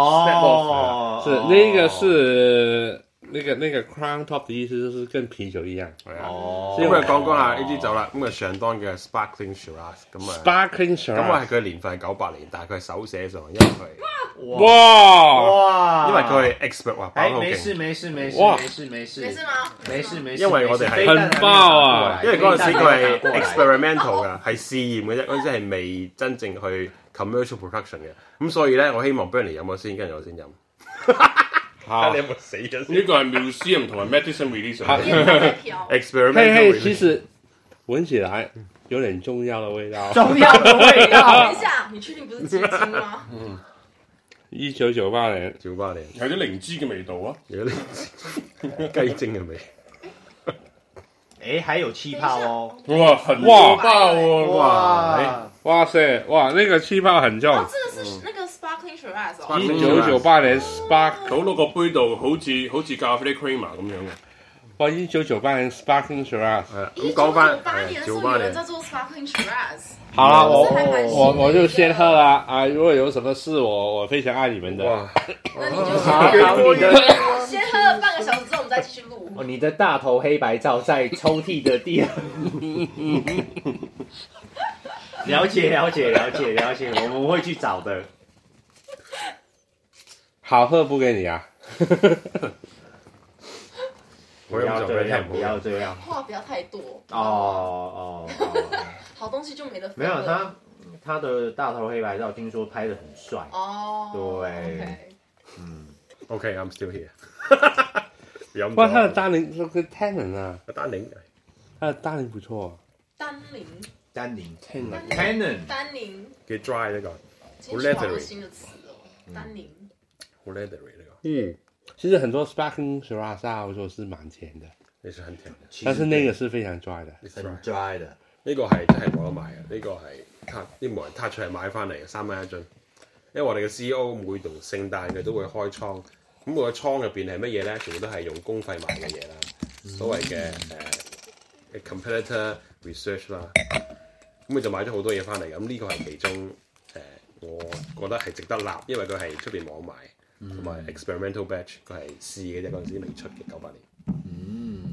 Speaker 3: 哦，
Speaker 2: 是那个是那个那个 crown top 的意思，就是跟啤酒一样
Speaker 1: 係啊。
Speaker 3: 哦，
Speaker 1: 咁啊，講講下呢支酒啦。咁啊，上當嘅 Sparkling Shiraz，咁啊，
Speaker 2: ，sparkling
Speaker 1: 咁啊係
Speaker 2: shiraz。
Speaker 1: 佢年份係九八年，但係佢係手寫上，因為佢
Speaker 3: 哇
Speaker 2: 哇！
Speaker 3: 哇，
Speaker 1: 因為佢係 expert 話包
Speaker 3: 啊哎
Speaker 1: 得好
Speaker 3: 没事
Speaker 1: 勁。
Speaker 3: 没事没事
Speaker 2: 哇
Speaker 3: 没事没事
Speaker 5: 没事吗？
Speaker 3: 没事没事，
Speaker 1: 因為我哋係
Speaker 3: 非但
Speaker 2: 很爆啊
Speaker 3: 還
Speaker 1: 因
Speaker 3: 沒
Speaker 1: 為
Speaker 3: 有打過
Speaker 1: 嗰
Speaker 3: 來
Speaker 1: 陣時佢
Speaker 3: 非但還沒有打過
Speaker 1: 係
Speaker 3: 來
Speaker 1: experimental 㗎，係試驗嘅啫，嗰陣時係未真正去 commercial production 嘅。咁所以咧，我希望 Bernie 飲咗先，跟住我先飲。啊
Speaker 2: 好，
Speaker 1: 冇死咗
Speaker 4: 呢個係 museum 同埋 medicine release 嚟嘅
Speaker 5: 烟在飘。
Speaker 1: 哎
Speaker 2: 嘿
Speaker 1: Experimental
Speaker 2: 嘿，其實聞起來有點中藥的味道。
Speaker 3: 中药的味
Speaker 5: 等
Speaker 3: 道
Speaker 5: 一，下，你确定不是鸡精吗？
Speaker 2: 一九九八年，
Speaker 1: 九八年，
Speaker 4: 有啲靈芝嘅味道啊！
Speaker 1: 有啲 雞精嘅味。
Speaker 3: 哎，还有气泡哦，
Speaker 4: 哇，很
Speaker 2: 哇
Speaker 4: 爆
Speaker 1: 哇
Speaker 4: 喎！
Speaker 1: 哎
Speaker 3: 哇，
Speaker 2: 哎哇塞，哇，那個氣泡很重
Speaker 5: 哦
Speaker 2: 啊
Speaker 1: 嗯
Speaker 5: 哦，。这个是那个 sparkling s h i Shiraz 哦，
Speaker 1: Sparkling
Speaker 2: 一九九八年 Spark，
Speaker 4: 倒落個杯度，好似好似咖啡 creamer 咁樣嘅。
Speaker 2: 哇，一九九八年 Sparkling Shiraz。
Speaker 1: 係啊
Speaker 5: 一
Speaker 1: 咁
Speaker 5: 九九
Speaker 1: 講啊翻
Speaker 5: 八年的时
Speaker 1: 哎九
Speaker 5: 候
Speaker 1: 八
Speaker 5: 有人
Speaker 1: 年
Speaker 5: 在做 Sparkling Shiraz，
Speaker 2: 好啦，我
Speaker 5: 这还蛮
Speaker 2: 哦
Speaker 5: 新
Speaker 2: 我
Speaker 5: 的
Speaker 2: 我
Speaker 5: 一个
Speaker 2: 就先喝了啊！如果有什么事，我我非常爱你们的。
Speaker 1: 哇，
Speaker 5: 那你就
Speaker 3: 好，好你的
Speaker 5: 先喝了半个小时之后，我们再继续录。
Speaker 3: 哦，你的大头黑白照在抽屉的第二。 了解了解了解了解，我们会去找的。
Speaker 2: 好喝不给你啊！
Speaker 1: 我
Speaker 3: 不
Speaker 1: 又唔
Speaker 3: 要
Speaker 1: 想
Speaker 3: 这
Speaker 1: 俾啊
Speaker 3: 样，
Speaker 1: 人
Speaker 3: 不要这样。
Speaker 5: 话不要太多哦，
Speaker 3: 啊哦哦哦，
Speaker 5: 好东西就没得分
Speaker 3: 没有
Speaker 5: 了
Speaker 3: 他，他的大头黑白照听说拍的很帅。
Speaker 5: 哦，
Speaker 3: 对
Speaker 5: OK，
Speaker 1: OK，I'm still here 飲咗。
Speaker 2: 哇，它的单宁这个 tannin 啊，
Speaker 1: 單寧
Speaker 2: 它的单宁不错。
Speaker 5: 丹宁，
Speaker 3: 丹宁
Speaker 5: 丹宁，
Speaker 3: Canon，
Speaker 5: 丹宁，
Speaker 1: 幾 dry 呢個，
Speaker 5: 今天学了新的词哦，
Speaker 1: 嗯
Speaker 5: 丹宁。
Speaker 1: 好 leathery 呢個，
Speaker 2: 嗯，其实很多啊 Sparkling Shiraz 在澳洲是蛮甜的，
Speaker 1: 你是很甜嘅
Speaker 2: 但是那个是非常 dry 的。
Speaker 1: ，it's
Speaker 3: 很
Speaker 1: dry。
Speaker 3: dry 的，
Speaker 1: 呢個係真係冇得買啊嘅，呢個係撻啲冇人撻出嚟買翻嚟嘅，三蚊一樽。因為我哋嘅 CEO 每逢聖誕佢都會開倉，咁佢個倉入邊係乜嘢咧？全部都係用公費買嘅嘢啦，所謂嘅誒 competitor research 啦。咁佢就買咗好多嘢翻嚟，咁呢個係其中誒、呃我覺得係值得立，因為佢係出邊網買，同埋 experimental batch 佢係試嘅啫，嗰陣時未出嘅九八年。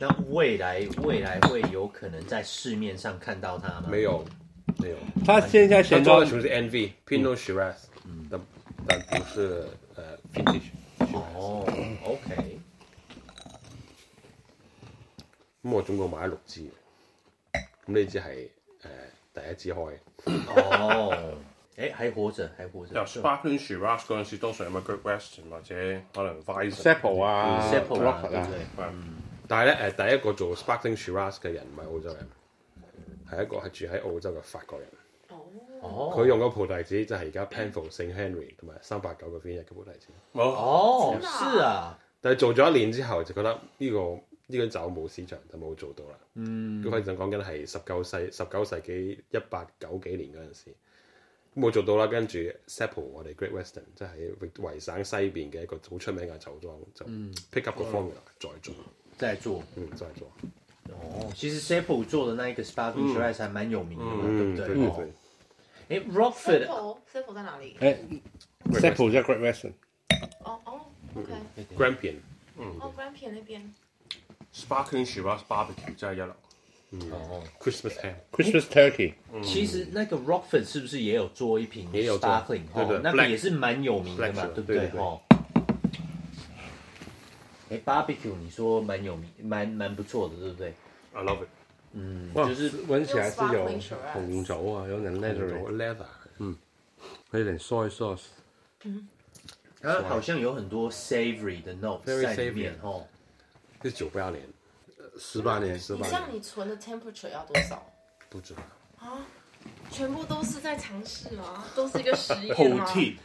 Speaker 3: 那未来未来会有可能在市面上看到它吗？
Speaker 1: 沒有，沒有。
Speaker 2: 它现在
Speaker 1: 他
Speaker 2: 选
Speaker 1: 做
Speaker 2: 到
Speaker 1: 的全是 NV Pinot Shiraz，但但不是呃 Vintage。
Speaker 3: 哦，OK，
Speaker 1: 咁我總共買咗六支，咁呢支係誒第一支開，
Speaker 3: 哦，哎，还活着，还活
Speaker 4: 由
Speaker 3: 着。
Speaker 4: Sparkling Shiraz 嗰陣時，多數有 m i g r a t Western 或者可能 Vison。
Speaker 2: Apple 啊
Speaker 3: Seppel
Speaker 2: Rock
Speaker 3: 啊，对不
Speaker 2: 啊，
Speaker 3: 对？
Speaker 1: 但係咧誒第一個做 Sparkling Shiraz 嘅人唔係澳洲人，係一個係住喺澳洲嘅法國人。
Speaker 3: 哦，
Speaker 1: 佢用嘅葡提子就係而家 Penfolds St Henry 同埋三百九個 v i n 嘅葡提子。
Speaker 4: 哦，
Speaker 3: 哦，
Speaker 5: 真的啊
Speaker 3: 是啊，
Speaker 1: 但係做咗一年之後就覺得呢、個呢、個酒冇市場，就冇做到啦。嗯，嗰陣就講緊係十九世十九世紀一八九幾年嗰陣時，冇做到啦。跟住 Seppo 我哋 Great Western 即係喺維省西邊嘅一個好出名嘅酒莊，就 pick up 個 formula、再做，
Speaker 3: 在做。
Speaker 1: 嗯，再做，
Speaker 3: 哦，其实 Seppel 做的那一个 Sparkling Shiraz 还蛮有名的嘛，对不
Speaker 1: 嗯，對對
Speaker 3: 对？
Speaker 1: 對。
Speaker 3: 哎，Rockford，
Speaker 5: Seppel Seppel 在哪里？
Speaker 2: 哎 s e p p l 叫 Great Western，
Speaker 5: 哦哦，OK，
Speaker 1: 嗯 Grampian 嗯
Speaker 5: 哦 g r a n p i 那边
Speaker 4: Sparkling Shiraz Barbecue 真係一流。
Speaker 3: 哦，
Speaker 1: Christmas Ham
Speaker 2: Christmas Turkey。
Speaker 3: 其实那个 Rockford 是不是也有做一瓶
Speaker 1: 也有做
Speaker 3: Sparkling？
Speaker 1: 对对
Speaker 3: 哦，那个
Speaker 1: Black-
Speaker 3: 也是蛮有名的
Speaker 1: Black
Speaker 3: 嘛
Speaker 1: Shiraz，，
Speaker 3: 对不
Speaker 1: 对
Speaker 3: 对？
Speaker 1: 对对
Speaker 3: 哦。哎，Barbecue 你说蛮有名，蛮蛮不错的，对不对？
Speaker 4: I love it。
Speaker 2: 哇，
Speaker 3: 就是
Speaker 2: 闻起來是有
Speaker 5: Sparkling Shiraz
Speaker 2: 紅酒啊，有點 leather，
Speaker 1: leather
Speaker 2: 有點 soy sauce。
Speaker 3: 它好像有很多 savory 的 note
Speaker 1: 啊 Very
Speaker 3: 在里面
Speaker 1: savory
Speaker 3: 哦。
Speaker 1: 是九八年，十八年十
Speaker 5: 你
Speaker 1: 八
Speaker 5: 这样
Speaker 1: 年
Speaker 5: 你存的 temperature 要多少
Speaker 1: 不知道。
Speaker 5: 啊？全部都是在尝试吗？都是一个实验啊吗
Speaker 4: 鋪？天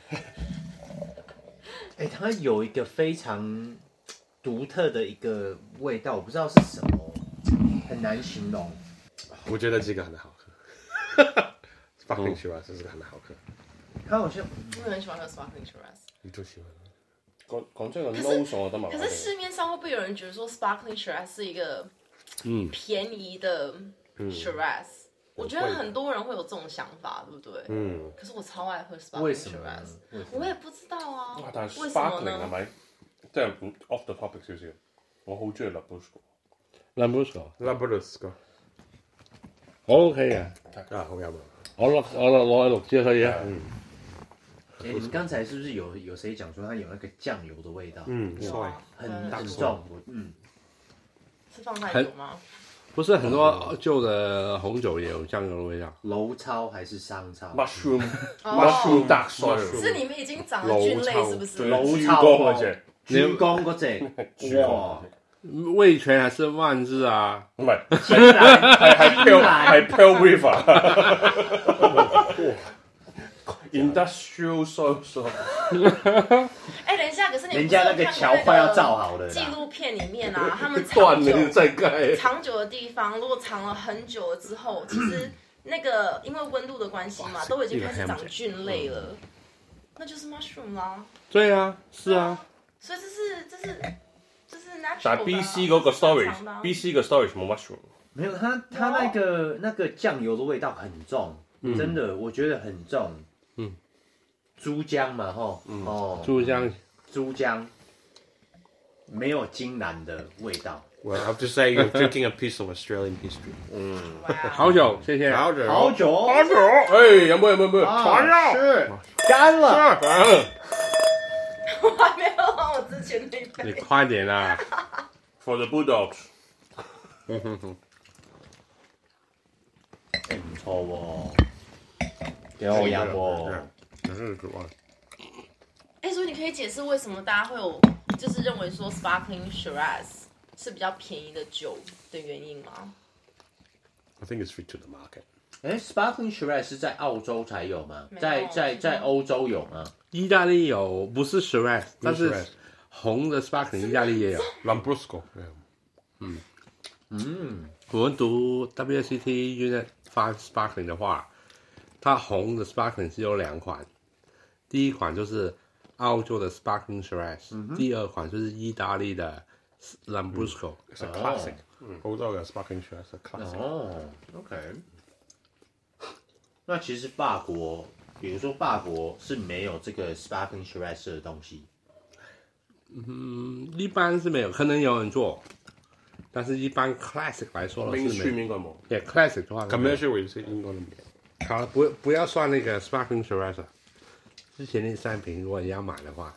Speaker 3: 哎，它有一个非常独特的一个味道，我不知道是什么，很难形容。
Speaker 1: 我觉得这个很好 喝，Sparkling Shiraz 是很好喝，
Speaker 3: 它好像
Speaker 5: 我很喜欢喝 Sparkling Shiraz，
Speaker 1: 你都喜歡。
Speaker 4: 講講真個 nose
Speaker 3: 哦
Speaker 4: 我覺得麻麻
Speaker 5: 可
Speaker 4: 地
Speaker 5: 是市面上会不会有人觉得说 Sparkling Shiraz 是一个
Speaker 2: 嗯
Speaker 5: 便宜的
Speaker 3: 嗯
Speaker 5: Shiraz？我觉得
Speaker 1: 会的
Speaker 5: 很多人会有这种想法，对不对？
Speaker 1: 嗯，
Speaker 5: 可是我超爱喝 Sparkling
Speaker 3: 为什么呢
Speaker 5: Shiraz，？
Speaker 3: 为什
Speaker 5: 我
Speaker 3: 么？
Speaker 5: 也不知道啊
Speaker 4: 哇！但係，
Speaker 5: 为什么
Speaker 4: Sparkling
Speaker 3: 啊
Speaker 4: 係
Speaker 5: 呢？
Speaker 4: 咪？即係唔 off the topic 少少。我好中意
Speaker 5: 哦
Speaker 4: Labushko。
Speaker 2: Lambrusco，
Speaker 1: Labradors 個
Speaker 2: 我 OK 嘅，
Speaker 1: 啊，好飲啊！
Speaker 2: 我落我落攞六支可以啊。
Speaker 3: 哎，你们刚才是不是有有谁讲说它有那个酱油的味道？
Speaker 1: 嗯
Speaker 5: 有啊
Speaker 3: 很
Speaker 5: 当然
Speaker 3: 很
Speaker 5: 是
Speaker 3: 重，我嗯，
Speaker 5: 是放太久吗？
Speaker 2: 不是很多旧的红酒也有酱油的味道。
Speaker 3: 楼超还是商超？
Speaker 4: Mushroom
Speaker 5: 哦
Speaker 4: Mushroom Dark Soil
Speaker 5: 是你们已经长了菌类是不是？
Speaker 4: 最
Speaker 3: 超
Speaker 4: 高嗰只，
Speaker 3: 鞠躬嗰只，哇！
Speaker 2: 味全还是万字啊？
Speaker 4: 唔係
Speaker 3: 天然
Speaker 4: 係係 Pale 係 Pale River Industrial Soil。
Speaker 5: 哎，等一下，可是你
Speaker 3: 人家那个桥快要造好了
Speaker 5: 纪
Speaker 3: 啦，
Speaker 5: 录片里面 啊，他们
Speaker 4: 斷
Speaker 5: 长
Speaker 4: 了
Speaker 5: 久
Speaker 4: 再蓋。
Speaker 5: 长久的地方，如果藏了很久了之后，其实那个因为温度的关系嘛，都已经
Speaker 1: 这个
Speaker 5: 开始长
Speaker 1: ham
Speaker 5: 菌类了，那就是 mushroom 啦。
Speaker 2: 对啊，是啊，
Speaker 5: 所以这是这是这是 natural
Speaker 4: 但
Speaker 5: 的啊
Speaker 4: B C 嗰
Speaker 5: 这
Speaker 4: 個
Speaker 5: 是正常的啊
Speaker 4: storage，B C 個 storage 冇 mushroom，
Speaker 3: 没有，它它那个那个酱油的味道很重，真的，我觉得很重。
Speaker 2: 嗯，
Speaker 3: 猪姜嘛，吼，哦，
Speaker 2: 猪香
Speaker 3: 猪姜没有金兰的味道，
Speaker 1: Well, I'm just saying you're drinking a piece of Australian history.
Speaker 5: 哇
Speaker 2: 好酒，谢谢。
Speaker 1: 好的，
Speaker 3: 好酒，
Speaker 4: 哎呦，有冇有冇有冇？
Speaker 3: 啊
Speaker 4: 傳啊！
Speaker 3: 是干了，
Speaker 5: 我还没有喝完我之前那一
Speaker 2: 你
Speaker 5: 杯。
Speaker 2: 快点啊啦！
Speaker 4: For the Bulldogs，
Speaker 3: 哎不错哦，给我养哦，
Speaker 1: This is a good one.
Speaker 5: 哎，所以你可以解释为什么大家会有就是认为说 sparkling Shiraz 是比较便宜的酒的原因吗？
Speaker 1: I think it's free to the market.
Speaker 3: 哎，Sparkling Shiraz 是在澳洲才有吗
Speaker 5: 没？有
Speaker 3: 在在在欧洲有吗？
Speaker 2: 意大利有不是 Shiraz，但是
Speaker 1: Shiraz
Speaker 2: 红的 Sparkling 意大利也有。
Speaker 1: Lambrusco. Yeah.
Speaker 2: 嗯我们读 WCT Unit Five Sparkling 的话，它红的 Sparkling 是有两款，第一款就是澳洲的 Sparkling Shiraz，、第二款就是意大利的 Lambrusco、
Speaker 1: It's a classic. Mm. Although it's sparkling sure, it's a classic.
Speaker 3: 哦，OK。那其实法国，比如说法国是没有这个 Sparkling Shiraz 的东西，
Speaker 2: 一般是没有，可能有人做，但是一般 Classic 来说呢是
Speaker 4: mainstream
Speaker 2: 没有。
Speaker 4: 應該冇。
Speaker 2: 对 Classic 的话是没有，
Speaker 1: Commercial we say in Colombia.
Speaker 2: 好，不不要算那个 Sparkling Shiraz 了。之前那三瓶，如果你要买的话，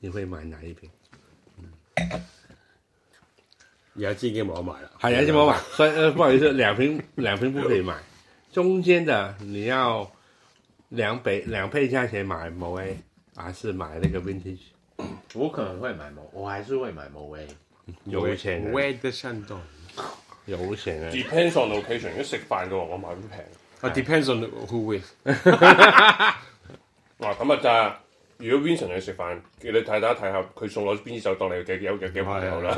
Speaker 2: 你会买哪一瓶？
Speaker 1: 而家已經冇得賣啦。
Speaker 2: 海洋金宝买，所以呃不好意思，两 瓶两瓶不可以买，中间的你要两倍两倍价钱买某 A，还是买那个 Vintage？
Speaker 3: 我可能会买某，我还是会买某威。
Speaker 2: 有钱人，
Speaker 1: Where的山洞？
Speaker 2: 有钱人，
Speaker 4: Depends on location，如果食飯嘅話，我買會平。
Speaker 1: It depends on who with.
Speaker 4: 嗱咁啊，但係如果 Vincent 去食飯，叫你睇大家睇下佢送攞邊支酒當你幾有有幾朋友啦。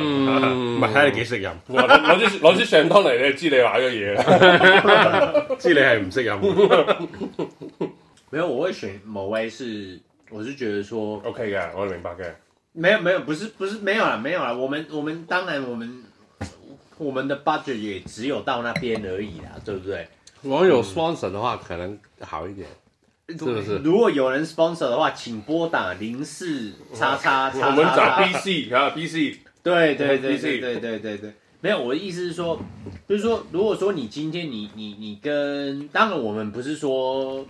Speaker 1: Mm. 唔係，睇你幾識飲。
Speaker 4: 我話攞支攞支上湯嚟，你就知你買咗嘢啦。
Speaker 1: 知你係唔識飲。
Speaker 3: 没有，我会选某威是，我是觉得说，
Speaker 4: OK 嘅，我明白嘅。
Speaker 3: 没有没有，不是不是没有啦，没有啦。我们我们当然我们我们的 budget 也只有到那边而已啦，对不对？
Speaker 2: 我有 sponsor 的话可能好一点，
Speaker 3: 是
Speaker 2: 不是
Speaker 3: 如果有人 sponsor 的话，请拨打零四叉叉
Speaker 4: 我
Speaker 3: 叉
Speaker 4: 們
Speaker 3: 叉
Speaker 4: 找 BC 啊，BC
Speaker 3: 对对
Speaker 4: 我们
Speaker 3: 对
Speaker 4: PC
Speaker 3: 对对对对对，没有，我的意思是说，就是说，如果说你今天你你你跟，当然我们不是说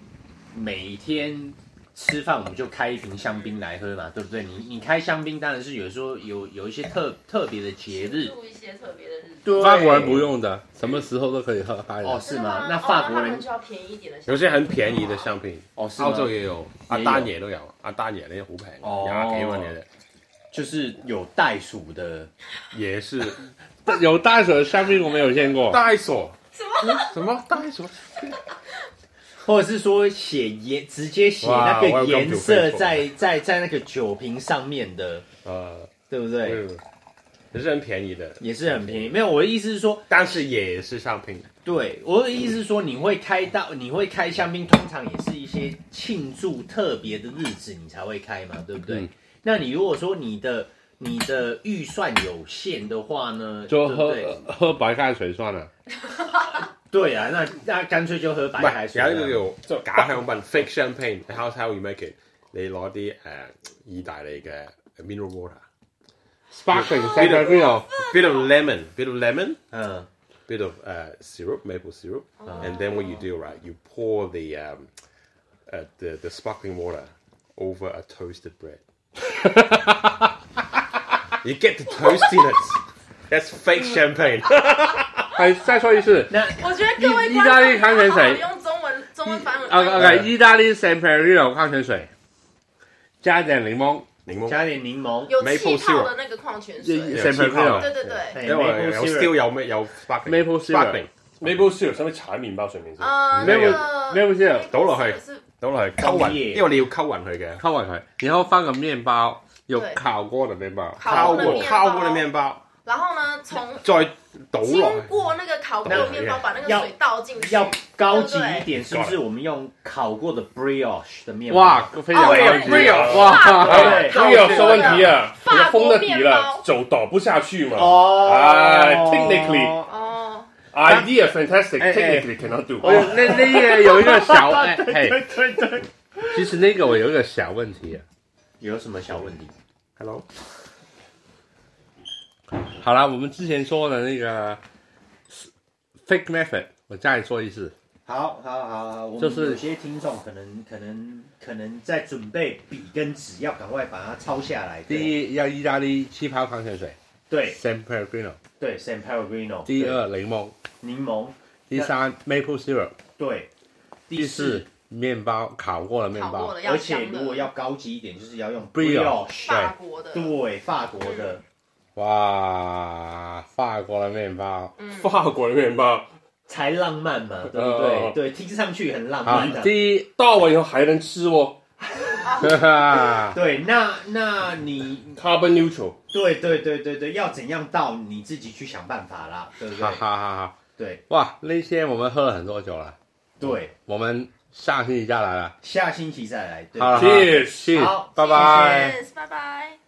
Speaker 3: 每天吃饭我们就开一瓶香槟来喝嘛，对不对？你你开香槟当然是有时候有有一些特特别的节日，
Speaker 5: 录一些特别的日子。
Speaker 3: 对，
Speaker 2: 法嗯国人不用的，什么时候都可以喝嗨
Speaker 3: 哦
Speaker 2: 的。
Speaker 3: 是吗？
Speaker 5: 真的
Speaker 3: 那
Speaker 5: 哦
Speaker 3: 法国
Speaker 5: 他
Speaker 3: 人
Speaker 2: 嗯
Speaker 5: 们就要便宜一点的香槟。
Speaker 1: 有些很便宜的商品，
Speaker 3: 哦是吗？
Speaker 2: 啊
Speaker 1: 澳洲也有，阿丹爺都有，阿丹爺呢好平，
Speaker 3: 哦。就是有袋鼠的，
Speaker 1: 廿幾蚊嘅啫。也是。
Speaker 2: 有袋鼠的香槟我没有见过，
Speaker 1: 袋鼠。什麼？什麼袋鼠？
Speaker 3: 或者是说写颜直接写那
Speaker 1: 哇
Speaker 3: 个
Speaker 1: ，welcome to
Speaker 3: 颜色
Speaker 1: Facebook
Speaker 3: 在在在那个酒瓶上面的，对不对？
Speaker 1: 呃嗯也是很便宜的，
Speaker 3: 也是很便宜。没有，我的意思是说，
Speaker 1: 但是也是商品。
Speaker 3: 对我的意思是说，你会开到，你会开香槟，通常也是一些庆祝特别的日子你才会开嘛，对不
Speaker 1: 嗯
Speaker 3: 对？那你如果说你的你的预算有限的话呢，
Speaker 2: 就
Speaker 3: 对不
Speaker 2: 喝
Speaker 3: 对
Speaker 2: 喝白开水算了。
Speaker 3: 对啊，那那干脆就喝白开水啊。
Speaker 1: 唔係，有一個叫假香檳 （fake champagne），how how you make uh, it？你攞啲誒意大利嘅 uh, mineral water，bit
Speaker 2: Sparkling San Pellegrino
Speaker 1: of lemon，bit of lemon，bit
Speaker 3: 嗯
Speaker 1: of 誒 syrup maple syrup，and then what you do right you pour the um uh, the the sparkling water over a toasted bread. you get the toastiness. That's fake champagne.
Speaker 2: 哎，再说一次
Speaker 5: 我觉得各位
Speaker 2: 意意大利
Speaker 5: 观
Speaker 2: 康泉
Speaker 5: 众好好
Speaker 2: 水
Speaker 5: 用中文中文翻文翻译。
Speaker 2: ，OK，意呃大利 San Pellegrino 矿泉水，加点柠檬。
Speaker 1: 檸檬。
Speaker 3: 加点柠檬，
Speaker 5: 有
Speaker 1: Maple
Speaker 5: 气泡的那个矿泉水，
Speaker 2: Yeah,
Speaker 5: 对
Speaker 2: San Pellegrino
Speaker 5: 对对，
Speaker 3: 哎
Speaker 1: 因為有
Speaker 3: maple syrup
Speaker 1: still 有咩-有 sparkling-
Speaker 2: Maple syrup。
Speaker 1: sparkling。
Speaker 4: Maple Syrup 使唔使踩麵包上面先？
Speaker 5: 呃，
Speaker 1: Maple-
Speaker 5: 那
Speaker 2: Maple
Speaker 5: 个
Speaker 2: syrup，
Speaker 1: 倒落去
Speaker 5: 是
Speaker 1: 倒落去，溝勻，
Speaker 3: 咁熱。
Speaker 1: 因為你要溝勻佢嘅。
Speaker 2: 烤完佢，然后放个面包，有
Speaker 5: 对
Speaker 2: 烤过的面包，
Speaker 5: 烤
Speaker 1: 烤
Speaker 5: 过
Speaker 1: 过
Speaker 5: 的面包
Speaker 1: 烤过的面包，
Speaker 5: 然后呢，从
Speaker 1: 再倒
Speaker 5: 经
Speaker 1: 落去，
Speaker 5: 过那个烤过的面包，把那个水倒进去，
Speaker 3: 要高级
Speaker 5: 对
Speaker 3: 一
Speaker 5: 不对
Speaker 3: 点，是不是？我们用烤过的 brioche 的面包，
Speaker 2: 哇，非常高级
Speaker 5: 哦
Speaker 4: ，Brioche，
Speaker 2: 哇，
Speaker 3: 对
Speaker 4: 这有什么问题啊？
Speaker 5: 法国
Speaker 4: 人家封了底
Speaker 5: 面
Speaker 4: 了
Speaker 5: 包，
Speaker 4: 走倒不下去嘛。
Speaker 3: 哦
Speaker 4: 哎，technically
Speaker 5: 哦，
Speaker 4: idea fantastic,
Speaker 2: 哎哎
Speaker 4: technically cannot do。
Speaker 2: 我有那那个有一个小 哎
Speaker 4: 对
Speaker 2: 哎，
Speaker 4: 对对
Speaker 2: 其实那个我有一个小问题啊。
Speaker 3: 有什么小问题？
Speaker 4: ，Hello，
Speaker 2: 好了，我们之前说的那个 fake method，我再说一次。
Speaker 3: 好好好好，我们
Speaker 2: 就是
Speaker 3: 有些听众可能可能可能在准备笔跟纸，要赶快把它抄下来。
Speaker 2: 第
Speaker 3: 一，
Speaker 2: 一要意大利气泡矿泉水
Speaker 3: 对
Speaker 2: s a m p e r g r i n o
Speaker 3: 对，San Pellegrino。
Speaker 2: 第，二柠檬，
Speaker 3: 柠檬。
Speaker 2: 第三 maple syrup，
Speaker 3: 对，
Speaker 2: 第四面包烤过的面
Speaker 5: 烤过
Speaker 2: 包
Speaker 5: 的，要
Speaker 3: 而且
Speaker 5: 香
Speaker 3: 如果
Speaker 5: 的，
Speaker 3: 要高级一点，就是要用
Speaker 2: Brioche
Speaker 3: brioche，
Speaker 5: 法国的，
Speaker 3: 对，法国的。
Speaker 2: 哇，法国的面包。
Speaker 5: 嗯
Speaker 4: 法国的面包
Speaker 3: 才浪漫嘛，对不
Speaker 4: 哦
Speaker 3: 对？对，听上去很浪
Speaker 2: 好
Speaker 3: 漫的，。
Speaker 2: 第 一，
Speaker 4: 到完以后还能吃哦
Speaker 2: 哈哈，
Speaker 3: 对，那那你
Speaker 4: ，carbon neutral。
Speaker 3: 对对对对对，要怎样到你自己去想办法啦，对不
Speaker 2: 哈哈
Speaker 3: 对？
Speaker 2: 哈哈！
Speaker 3: 对
Speaker 2: 哇，那天我们喝了很多酒了，
Speaker 3: 对，
Speaker 2: 我们下星期再来了。
Speaker 3: 下星期再来。对
Speaker 2: 好了
Speaker 4: Cheers
Speaker 2: 好
Speaker 3: 啊好
Speaker 2: 拜拜。
Speaker 5: Cheers，拜拜。